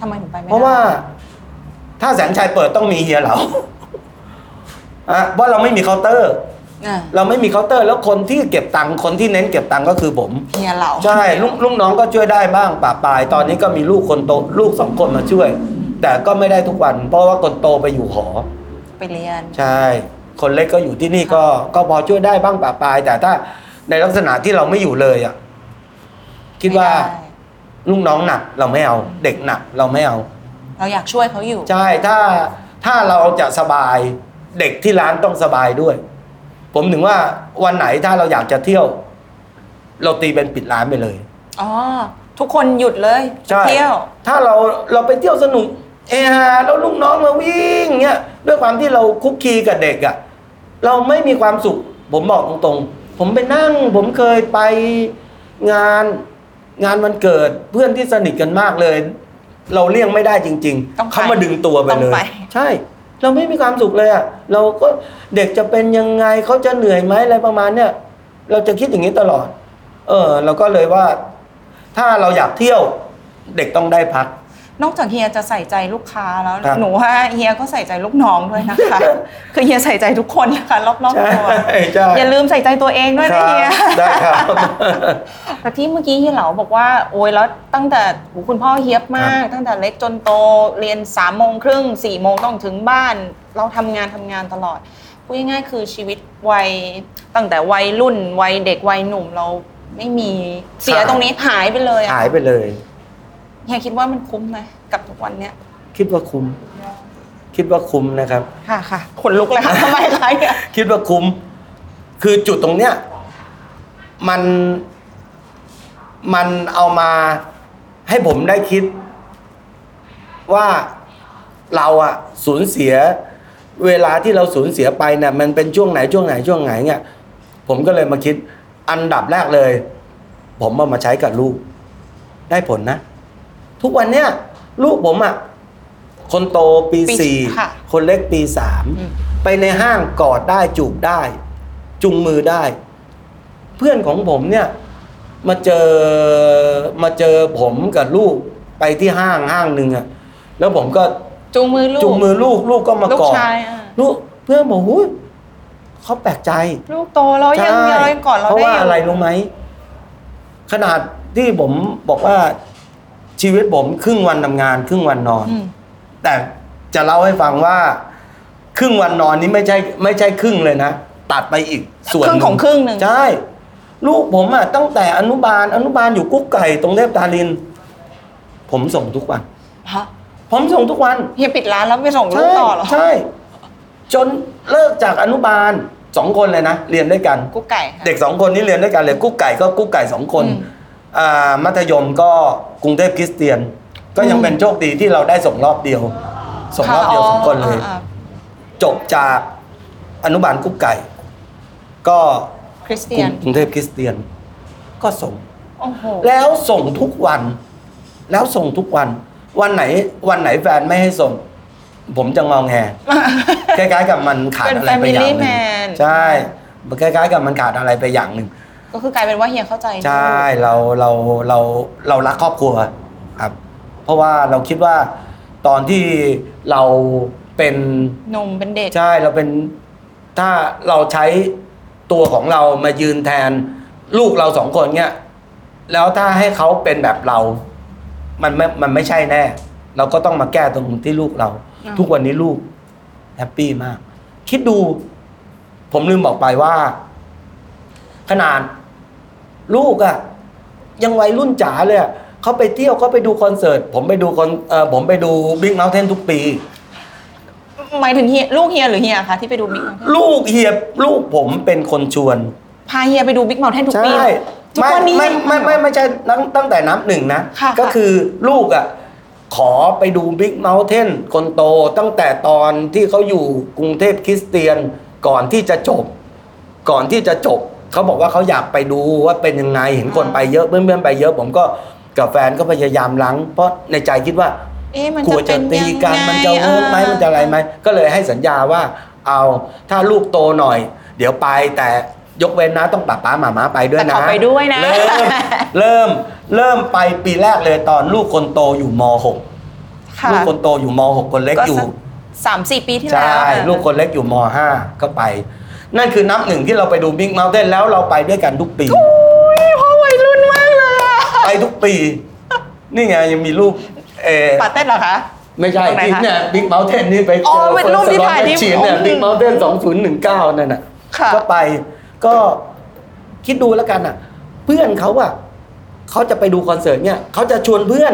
S3: ทำไมถึงไปไม่ได้
S4: เพราะว่าถ้าแสนชัยเปิดต้องมีเฮียเหลา [laughs] อะว่าะเราไม่มีเคาน์เตอร์
S3: อ่ะ
S4: เราไม่มีเคาน์เตอร์ แล้วคนที่เก็บตังค์คนที่เน้นเก็บตังค์ก็คือผม
S3: เฮียเรา
S4: ใช่ลูกลูกน้องก็ช่วยได้บ้างปะปาย ตอนนี้ก็มีลูกคนโตลูกสองคนมาช่วย แต่ก็ไม่ได้ทุกวัน เพราะว่าคนโตไปอยู่หอ
S3: ไปเรียน
S4: ใช่ คนเล็กก็อยู่ที่นี่ก็ก็พอช่วยได้บ้างปะปาย แต่ถ้าในลักษณะที่เราไม่อยู่เลยอ่ะ คิดว่าลูกน้องหนักเราไม่เอา เด็กหนักเราไม่เอา
S3: เราอยากช่วยเขาอยู่
S4: ใช่ถ้าถ้าเราจะสบายเด็กที่ร้านต้องสบายด้วย ผมถึงว่าวันไหนถ้าเราอยากจะเที่ยว เราตีเป็นปิดร้านไปเลย
S3: อ๋อ ทุกคนหยุดเลย
S4: ใช่
S3: เที่ยว
S4: ถ้าเราเราไปเที่ยวสนุกเอฮาแล้วลูกน้องมาวิ่งเงี้ยด้วยความที่เราคุกคีกับเด็กอะ่ะ เราไม่มีความสุข ผมบอกตรงๆ ผมไปนั่ง ผมเคยไปงาน งานวันเกิดเพื่อนที่สนิทกันมากเลย เราเลี่ยงไม่ได้จริง
S3: ต้องไป
S4: ๆเขามาดึงตัวไป
S3: ต้อง
S4: เลย
S3: ไป
S4: ใช่ เราไม่มีความสุขเลยอ่ะเราก็เด็กจะเป็นยังไงเขาจะเหนื่อยไหมอะไรประมาณเนี้ยเราจะคิดอย่างนี้ตลอด เออ เราก็เลยว่า ถ้าเราอยากเที่ยวเด็กต้องได้พัก
S3: นอกจากเฮียจะใส่ใจลูกค้าแล้ว
S4: ครับ
S3: หนูว่าเฮียก็ใส่ใจลูกน้องด้วยนะคะ
S4: [laughs]
S3: คือเฮียใส่ใจทุกคนนะคะรอบ
S4: ใช่
S3: ๆตัว
S4: ใช่
S3: อย่าลืมใส่ใจตัวเองด้วย
S4: ค
S3: นะ
S4: รับ
S3: เฮีย
S4: ได้ครับ
S3: [laughs] แต่ที่เมื่อกี้เฮียเหลาบอกว่าโอ้ยแล้วตั้งแต่โหคุณพ่อเฮียบมาก ตั้งแต่เล็กจนโตเรียนสามโมงครึ่งสี่โมงต้องถึงบ้าน เราทำงานทำงานตลอดพูดง่ายๆคือชีวิตวัยตั้งแต่วัยรุ่นวัยเด็กวัยหนุ่มเราไม่มีเสีย
S4: ใช่
S3: ตรงนี้หายไปเลยอะ
S4: หายไปเลย
S3: เฮียคิดว่ามันคุ้มไหมกับทุกวันเนี้ย
S4: คิดว่าคุ้ม คิดว่าคุ้มนะครับ
S3: ค่ะค่ะขนลุกเลยค่ะท [laughs] ำไมไรเนี่ย
S4: คิดว่าคุ้ม คือจุดตรงเนี้ย มัน มันเอามาให้ผมได้คิด ว่าเราอะสูญเสีย เวลาที่เราสูญเสียไปเนี่ยมันเป็นช่วงไหนช่วงไหนช่วงไหนเนี่ยผมก็เลยมาคิด อันดับแรกเลย ผมเอามาใช้กับลูก ได้ผลนะ ทุกวันเนี้ยลูกผมอะคนโตปี
S3: ปี
S4: สี่
S3: ค่ะ
S4: คนเล็กปีสาม
S3: อืม
S4: ไปในห้างกอดได้จูบได้ จุงมือได้ เพื่อนของผมเนี่ย มาเจอมาเจอผมกับลูกไปที่ห้างห้างหนึ่งอะแล้วผมก็
S3: จูงมือลูก
S4: จุงมือลูกลูกก็มากอ
S3: ลู
S4: ด
S3: กชายอะ
S4: ลูกเพื่อนบอกหูยเขาแปลกใจ
S3: ลูกโตแล้วยัง
S4: ใช่
S3: ยังก่อนเรา
S4: เพราะ
S3: ได้อ
S4: ว่า
S3: ยู่
S4: อะไรรู้ไหม ขนาดที่ผมบอกว่าชีวิตผมครึ่งวันทำงาน ครึ่งวันนอน
S3: อืม
S4: แต่จะเล่าให้ฟังว่า ครึ่งวันนอนนี้ไม่ใช่ ไม่ใช่ครึ่งเลยนะ ตัดไปอีกส่วน
S3: ครึ่งของครึ่งหนึ่ง
S4: ใช่ ลูกผมอ่ะตั้งแต่อนุบาลอนุบาลอยู่กุ๊กไก่ตรงเทพตาลิน ผมส่งทุกวัน
S3: ฮะ
S4: ผมส่งทุกวัน
S3: เฮียปิดร้านแล้วไม่ส่งลูกต่อเหรอ
S4: ใช่ จนเลิกจากอนุบาลสองคนเลยนะ เรียนด้วยกัน
S3: กุ๊กไก่ค่ะ
S4: เด็กสองคนนี้เรียนด้วยกันเลยกุ๊กไก่ก็กุ๊กไก่สองคน
S3: อืม
S4: อ่ามัธยมก็กรุงเทพคริสเตียน ก็ยัง
S3: อืม
S4: เป็นโชคดีที่เราได้ส่งรอบเดียว ส่งรอบเดียวสองคนเลย
S3: า
S4: จบจากอนุบาลกุ๊กไก่ ก็
S3: ๆคริส
S4: ก
S3: เตี
S4: รุ
S3: ย
S4: ง
S3: น
S4: กรุงเทพคริสเตียน ก็ส่ง
S3: โอ้โห
S4: แล้วส่งทุกวัน แล้วส่งทุกวัน วันไหนวันไหนแฟนไม่ให้ส่ง ผมจะงอง
S3: [laughs]
S4: แง คล้ายๆกับมันขาด
S3: เป็น
S4: อะไรไปอย่างห
S3: family
S4: นึ่ง
S3: man
S4: ใช่คล้ายๆกับมันขาดอะไรไปอย่าง
S3: [laughs]
S4: หนึ่ง
S3: ก็คือกลายเป็นว่าเฮียเข้าใจ
S4: ใช่เราเราเราเรารักครอบครัวครับ เพราะว่าเราคิดว่าตอนที่เราเป็น
S3: หนุ่มเป็นเด็ก
S4: ใช่เราเป็นถ้าเราใช้ตัวของเรามายืนแทนลูกเราสองคนเนี้ยแล้วถ้าให้เขาเป็นแบบเรา มันไม่มันไม่ใช่แน่ เราก็ต้องมาแก้ตรงที่ลูกเรา
S3: อ่า
S4: ทุกวันนี้ลูกแฮปปี้มาก คิดดู ผมลืมบอกไปว่า ขนาด ลูกอะยังวัยรุ่นจ๋าเลยอะเขาไปเที่ยวเขาไปดูคอนเสิร์ต ผมไปดูคอนเออผมไปดูบิ๊กเ u าเทนทุกปี
S3: หมายถึงเฮียลูกเฮียหรือเฮียคะที่ไปดูบิ๊ก
S4: ลูกเฮียบลูกผมเป็นคนชวน
S3: พาเฮียไปดูบิ๊กเม t เทนทุก
S4: ใช่
S3: ปีทุก
S4: ไม่
S3: วันนี้
S4: ไม่ไม่ไม่ไม่ใช่ตั้งตั้งแต่นับหนึ่งนะ
S3: ค่ะ
S4: ก็
S3: ค่ะ
S4: คือลูกอะขอไปดูบิ๊กเ u าเทนคนโตตั้งแต่ตอนที่เขาอยู่กรุงเทพคริสเตียนก่อนที่จะจบ ก่อนที่จะจบ เขาบอกว่าเขาอยากไปดูว่าเป็นยังไงเห็นคนไปเยอะเพื่อนๆไปเยอะ ผมก็กับแฟนก็พยายามล้างเพราะในใจคิดว่า
S3: เอ๊ะมัน
S4: กลัว
S3: จะ
S4: จะ
S3: เป็น
S4: ตี
S3: ยัง
S4: กัน
S3: ไง
S4: มันจะเวิร์กไหม
S3: เออ
S4: มันจะอะไรไหมก็เลยให้สัญญาว่า เอาถ้าลูกโตหน่อย เดี๋ยวไปแต่ยกเว้นนะต้องป้าป้าหมาม้าไปด้วย
S3: แต่
S4: นะ
S3: ขอไปด้วยนะ
S4: เริ่มเริ่มเริ่มไปปีแรกเลยตอนลูกคนโตอยู่ม .6
S3: ค่ะ
S4: ลูกคนโตอยู่ม .6 คนเล็ก
S3: ก็
S4: อยู่
S3: สักสามสี่ปีที่
S4: ใช
S3: แล้ว
S4: ่
S3: อะ
S4: ลูกคนเล็กอยู่ม .5 ก็ไป นั่นคือนับหนึ่งที่เราไปดูบิ๊กเม t เ i นแล้วเราไปด้วยกันทุกปี
S3: พ่อวัยรุ่นมากเลยอะ
S4: ไปทุกปี นี่ไงยังมีรูปเออ
S3: ปาเต้นเหรอคะ
S4: ไม่ใช่
S3: ตรงไหน
S4: ที่
S3: คะ
S4: เนี่ยบิ๊กเม t เ i นนี่ไป
S3: อ๋
S4: เจ
S3: อ
S4: อ
S3: เป็นรูปที่ถ่ายที่
S4: ฉีนเนี่ย
S3: อืม
S4: บิ๊กเม t เ i นสองศูนย์หนึ่งเก้านั่นน่ะ
S3: ค่ะ
S4: ก็ไปก็คิดดูแล้วกันอ่ะ เพื่อนเขาอ่ะเขาจะไปดูคอนเสิร์ตเนี่ยเขาจะชวนเพื่อน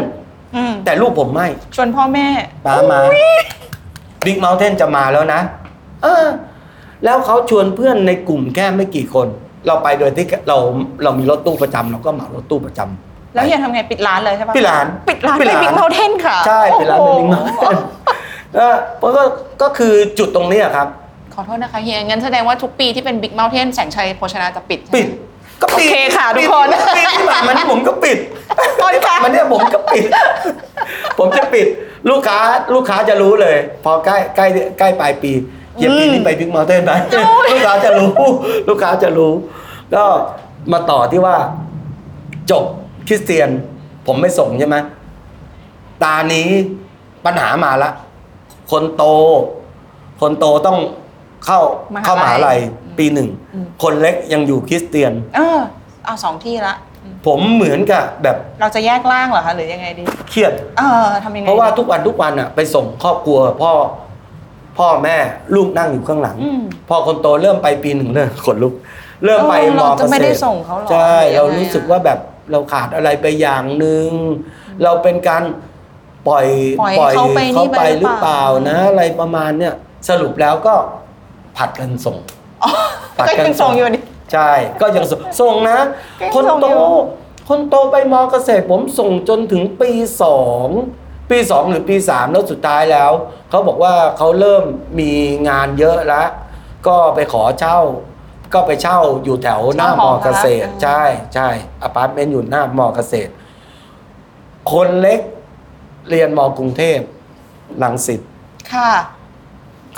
S3: อืม
S4: แต่ลูกผมไม่
S3: ชวนพ่อแม่
S4: ป้ามาบิ๊กเม t เ i นจะมาแล้วนะเออแล้วเขาชวนเพื่อนในกลุ่มแค่ไม่กี่คน เราไปโดยที่เราเรามีรถตู้ประจำเราก็เหมารถตู้ประจำ
S3: แล้วเฮียทำไงปิดร้านเลยใช่ปะ
S4: ปิดร้าน
S3: ปิดร้าน
S4: ปิ
S3: เป็
S4: ด
S3: น
S4: ร้าน
S3: บิ๊กเมลเทนค่ะ
S4: ใช่เป็นร้าน
S3: โอ้
S4: เป็น
S3: โห
S4: บิ๊กเมาเทนแล้วก็ก็คือจุดตรงเนี้ยครับ
S3: ขอโทษนะคะเฮียงั้นแสดงว่าทุกปีที่เป็นบิ๊กเมลเทนแสงชัยโภชนาจะปิดใช่ไหม
S4: ปิด ก็ปิด
S3: โอเคค่ะทุกคน
S4: ปิดที่ผ่านมานี่ผมก็ปิด
S3: ตอนค่ะ
S4: มันเนี่ยผมก็ปิด ผมจะปิดลูกค้าลูกค้าจะรู้เลย พอใกล้ใกล้ใกล้ปลายปีเหยียบปีนี้ไปบิ๊กมอเตอร์ไปลูกค้าจะรู้ ลูกค้าจะรู้ ก็มาต่อที่ว่า จบคริสเตียน ผมไม่ส่งใช่ไหมตานี้ปัญหามาละ คนโต คนโตต้องเข้าม
S3: หาลัย
S4: เข้ามหาลัยปีหนึ่ง
S3: อืม
S4: คนเล็กยังอยู่คริสเตียน
S3: เออเอาสองที่ละ
S4: ผมเหมือนกับแบบ
S3: เราจะแยกล่างเหรอคะหรือยังไงดี
S4: เครียด
S3: เออทำยังไง
S4: เพราะว่าทุกวันทุกวันอ่ะ ไปส่งครอบครัว พ่อ พ่อแม่ลูกนั่งอยู่ข้างหลัง
S3: อืม
S4: พ่อคนโตเริ่มไปปีหนึ่งเริ่ม [laughs] ขนลุก เริ่มไป
S3: เออ
S4: ม
S3: เรา
S4: เก
S3: จะ
S4: ษตร
S3: ไม่ได้ส่งเขาหรอ
S4: ใช่
S3: หรือยังไงอะ
S4: เรารู้สึกว่าแบบเราขาดอะไรไปอย่างหนึ่งเราเป็นการปล่อย
S3: ปล่อยเขาไป
S4: เขา
S3: นี่
S4: ไป
S3: ไป
S4: หรือเปล่านะ อะไรประมาณเนี้ยสรุปแล้วก็ผัดกันส่ง
S3: อ๋อ
S4: ปัด
S3: ก็
S4: กัน
S3: ยังส่งอยู่นี่
S4: ใช่ ก็ยังส่งส่งนะ
S3: ก็
S4: ค
S3: ยั
S4: น
S3: งส่ง
S4: โต
S3: อยู่
S4: คนโตไปมอเกษตรผมส่งจนถึงปีสองปีสองหรือปีสามแล้วสุดท้ายแล้ว เขาบอกว่าเขาเริ่มมีงานเยอะแล้ว ก็ไปขอเช่า ก็ไปเช่าอยู่แถวหน้า
S3: เช่าม ห
S4: อ
S3: อ
S4: เกษตร
S3: พัก
S4: ใช่ใช่อพาร์ตเมนต์อยู่หน้ามอเกษตร คนเล็กเรียนมกรุงเทพลังสิต
S3: ค่ะ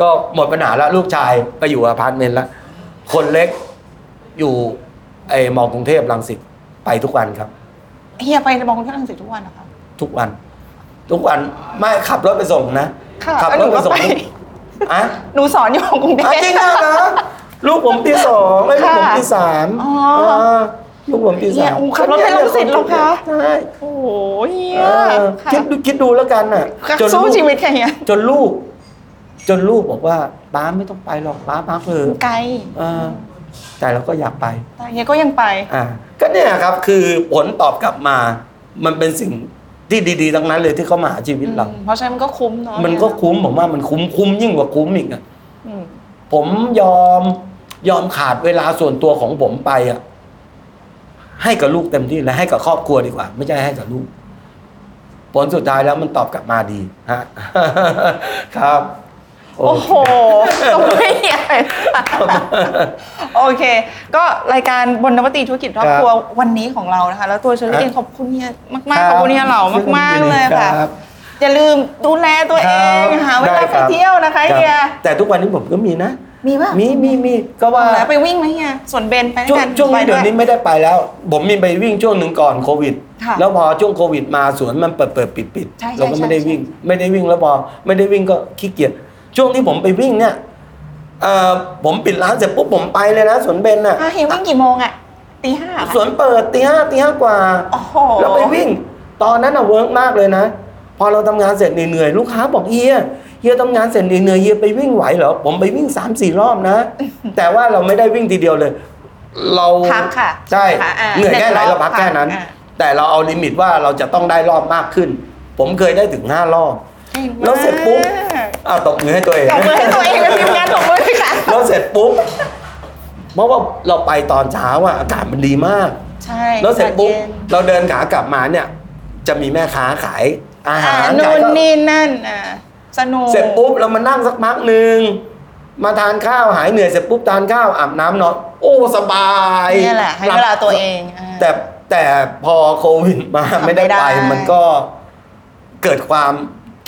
S4: ก็หมดปัญหาแล้วลูกชายไปอยู่อพาร์ตเมนต์แล้วคนเล็กอยู่ไอ้มอกรุงเทพรังสิตไปทุกวันครับ
S3: เฮียไปมองที่รังสิตทุกวันนะคะ
S4: ทุกวัน ทุกวันไม่ขับรถไปส่งนะ
S3: ค่ะ
S4: ขัรถไป
S3: เอาหนูก็
S4: ส่ง
S3: ไป
S4: ลูกอ่ะ
S3: หนูสอนอยู่กรุงเท
S4: อ่ะ
S3: พ
S4: จริงนะนะลูกผมปีสองไอ้ยลูก
S3: ค่ะ
S4: ผมปีสาม
S3: อ๋ออ่
S4: าลูกผมปี
S3: เนี่
S4: สาย ม
S3: อู๋ขับรถไปรังสิตเหรอคะ
S4: ใช่
S3: โอ้โหเฮีย
S4: เออ
S3: ค่ะ
S4: คิดดูคิดดูแล้วกันน่ะ
S3: ค่ะ
S4: จน
S3: สู้
S4: ลูก
S3: ชีวิตค่ะเฮีย
S4: จนลูก จนลูกบอกว่าป้าไม่ต้องไปหรอกป้าพักเถอะ
S3: ไกล
S4: เออแต่เราก็อยากไป
S3: แต่เฮียก็ยังไป
S4: อ่า ก็เนี่ยครับ คือผลตอบกลับมา มันเป็นสิ่งที่ดีๆทั้งนั้นเลยที่เขามาหาชีวิตเรา
S3: เพราะฉะนั้นมันก็คุ้มเนาะ
S4: มันก็คุ้มผมว่ามันคุ้มคุ้มยิ่งกว่าคุ้มอีกอ่ะ
S3: อืม
S4: ผมยอมยอมขาดเวลาส่วนตัวของผมไปอ่ะ ให้กับลูกเต็มที่และให้กับครอบครัวดีกว่า ไม่ใช่ให้กับลูก ผลสุดท้ายแล้วมันตอบกลับมาดีฮะ [laughs] ครับ
S3: โอ้โหต้องไม่เฮียเลยค่ะโอเค ก็รายการบนนวัตตีธุรกิจครอบครัววันนี้ของเรานะคะ แล้วตัวเชอรี่เองขอบคุณเฮียมากๆขอบคุณเฮียเหล่ามาก ๆเลยค่ะ
S4: รับ
S3: อย่าลืมดูแลตัวเอง
S4: ครับ
S3: หาเว
S4: ด้
S3: ลา
S4: ค
S3: ไป
S4: รับ
S3: เที่ยวนะคะ
S4: รับ
S3: เฮีย
S4: แต่ทุกวันนี้ผมก็มีนะ
S3: มีป่ะ
S4: มีมีมีก็ว่า
S3: แล้วไปวิ่งไหมเฮียส่วนเบนไปด้
S4: ช่
S3: ว
S4: วย ง
S3: กัน
S4: ช่วงนี้
S3: ไป
S4: เดี๋ยวนี้
S3: ด้
S4: ไม่ได้ไปแล้ว ผมมีไปวิ่งช่วงหนึ่งก่อนโควิด
S3: ค่ะ
S4: แล้วพอช่วงโควิดมาสวนมันเปิดเปิดปิดปิด
S3: ใช่ใช่
S4: เราก็ไม่ได้
S3: ใช่
S4: วิ่ง ไม่ได้วิ่งแล้วพอไม่ได้วิ่งก็ขี้เกียจช่วงที่ผมไปวิ่งเนี่ยเอ่อผมปิดร้านเสร็จปุ๊บผมไปเลยนะสวนเบนน่ะ
S3: อ่ะเฮียวิ่งกี่โมงอ่ะตีห้าเหรอ
S4: สวนเปิดตีห้าตีห้ากว่า
S3: โอ้โห
S4: แล้วไปวิ่ง ตอนนั้นอะเวิร์กมากเลยนะ พอเราทำงานเสร็จเหนื่อยๆลูกค้าบอกเฮียเฮียทำงานเสร็จเหนื่อยๆเฮียไปวิ่งไหวเหรอผมไปวิ่ง3ามสี่รอบ
S3: [laughs]
S4: นะ แต่ว่าเราไม่ได้วิ่งทีเดียวเลย เรา
S3: พักค่ะ
S4: ใช่
S3: ค่ะอ่า
S4: เหนื่อยแค่ไหน
S3: เจ็ดรอบ
S4: เราพักแค่นั้น
S3: อ่า
S4: แต่เราเอาลิมิตว่าเราจะต้องได้รอบมากขึ้น ผมเคยได้ถึงห้ารอบ
S3: ก่งมาก
S4: แล้วเสร็จปุ๊บอ่ะตบมือให้ตัวเอง
S3: ตบมือให้ตัวเองเป็นทีมงานตบมือด้วยค่ะ
S4: แล้วเสร็จปุ๊บเพราะว่าเราไปตอนเช้าอะอากาศมันดีมาก
S3: ใช่
S4: แล้วเสร็จปุ๊บ
S3: ตอนย็น
S4: เราเดินขากลับมาเนี่ย จะมีแม่ค้าขายอาหา
S3: อ่าร
S4: ขา
S3: นู่
S4: ย
S3: น
S4: ก็
S3: นี่นั่นอ่ะสนุก
S4: เสร็จปุ๊บเรามานั่งสักพักหนึ่งมาทานข้าวหายเหนื่อยเสร็จปุ๊บทานข้าวอาบน้ำนอนโอ้สบาย
S3: นี่แหละให้เวลาตัวเองอ่ะ
S4: แต่แต่พอโควิดมา
S3: ทำไม่
S4: ไม่ได้
S3: ได้
S4: ไป มันก็เกิดความ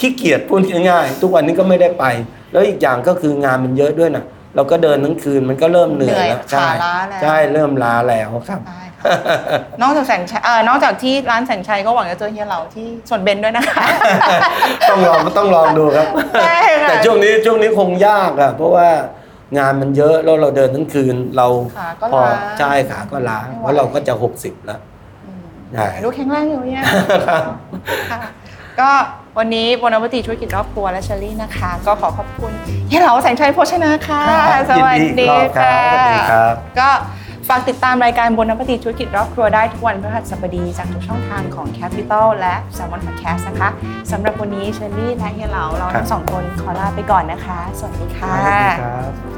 S4: ขี้เกียจพูดง่ายๆทุกวันนี้ก็ไม่ได้ไป แล้วอีกอย่างก็คืองานมันเยอะด้วยนะเราก็เดินทั้งคืนมันก็เริ่มเหนื่อยแล้ว
S3: ขา
S4: ใช่
S3: ล้าแล้ว
S4: ใช่เริ่มล้าแล้วครับ
S3: ใช่ค่ะ นอกจากแสงชัยเอ่อนอกจากที่ร้านแสงชัยก็หวังจะเจอเฮียเหล่าที่ส่วนเบนด้วยนะคะ
S4: [laughs] ต้องลองต้องลองดูครับ
S3: ใช่ค่ะ
S4: แต่ช่วงนี้ช่วงนี้คงยากอะเพราะว่างานมันเยอะแล้วเราเดินทั้งคืนเรา
S3: ขาก็
S4: พอ
S3: ล้า
S4: ใช่ขาก็ล้า
S3: ไม่ไหว
S4: เพราะเราก็จะหกสิบแล้วใช่
S3: ดูแข็งแรงอยู่เนี่ย
S4: ครับ
S3: ค่ะก็วันนี้บนวัติธุรกิจรอบครัวและเชอรี่นะคะ ก็ขอขอบคุณเฮียเหลาแสงชัยโภชนาค่ะ
S4: ครับ
S3: สวัส
S4: ยินอี
S3: ดี
S4: กรอบ
S3: ค่ะ
S4: รับสวัสดีครับ
S3: ก็ฝากติดตามรายการบนนปฏิธุรกิจรอบครัวได้ทุกวันพฤหัสบดีจากทุกช่องทางของ Capital และ s ซ l m o n Podcast นะคะสำหรับวันนี้เชอรี่และเฮียเหลาเรา
S4: ครับ
S3: ทั้งสองคนขอลาไปก่อนนะคะ สวัสดีค่ะ
S4: สวัสดีครับ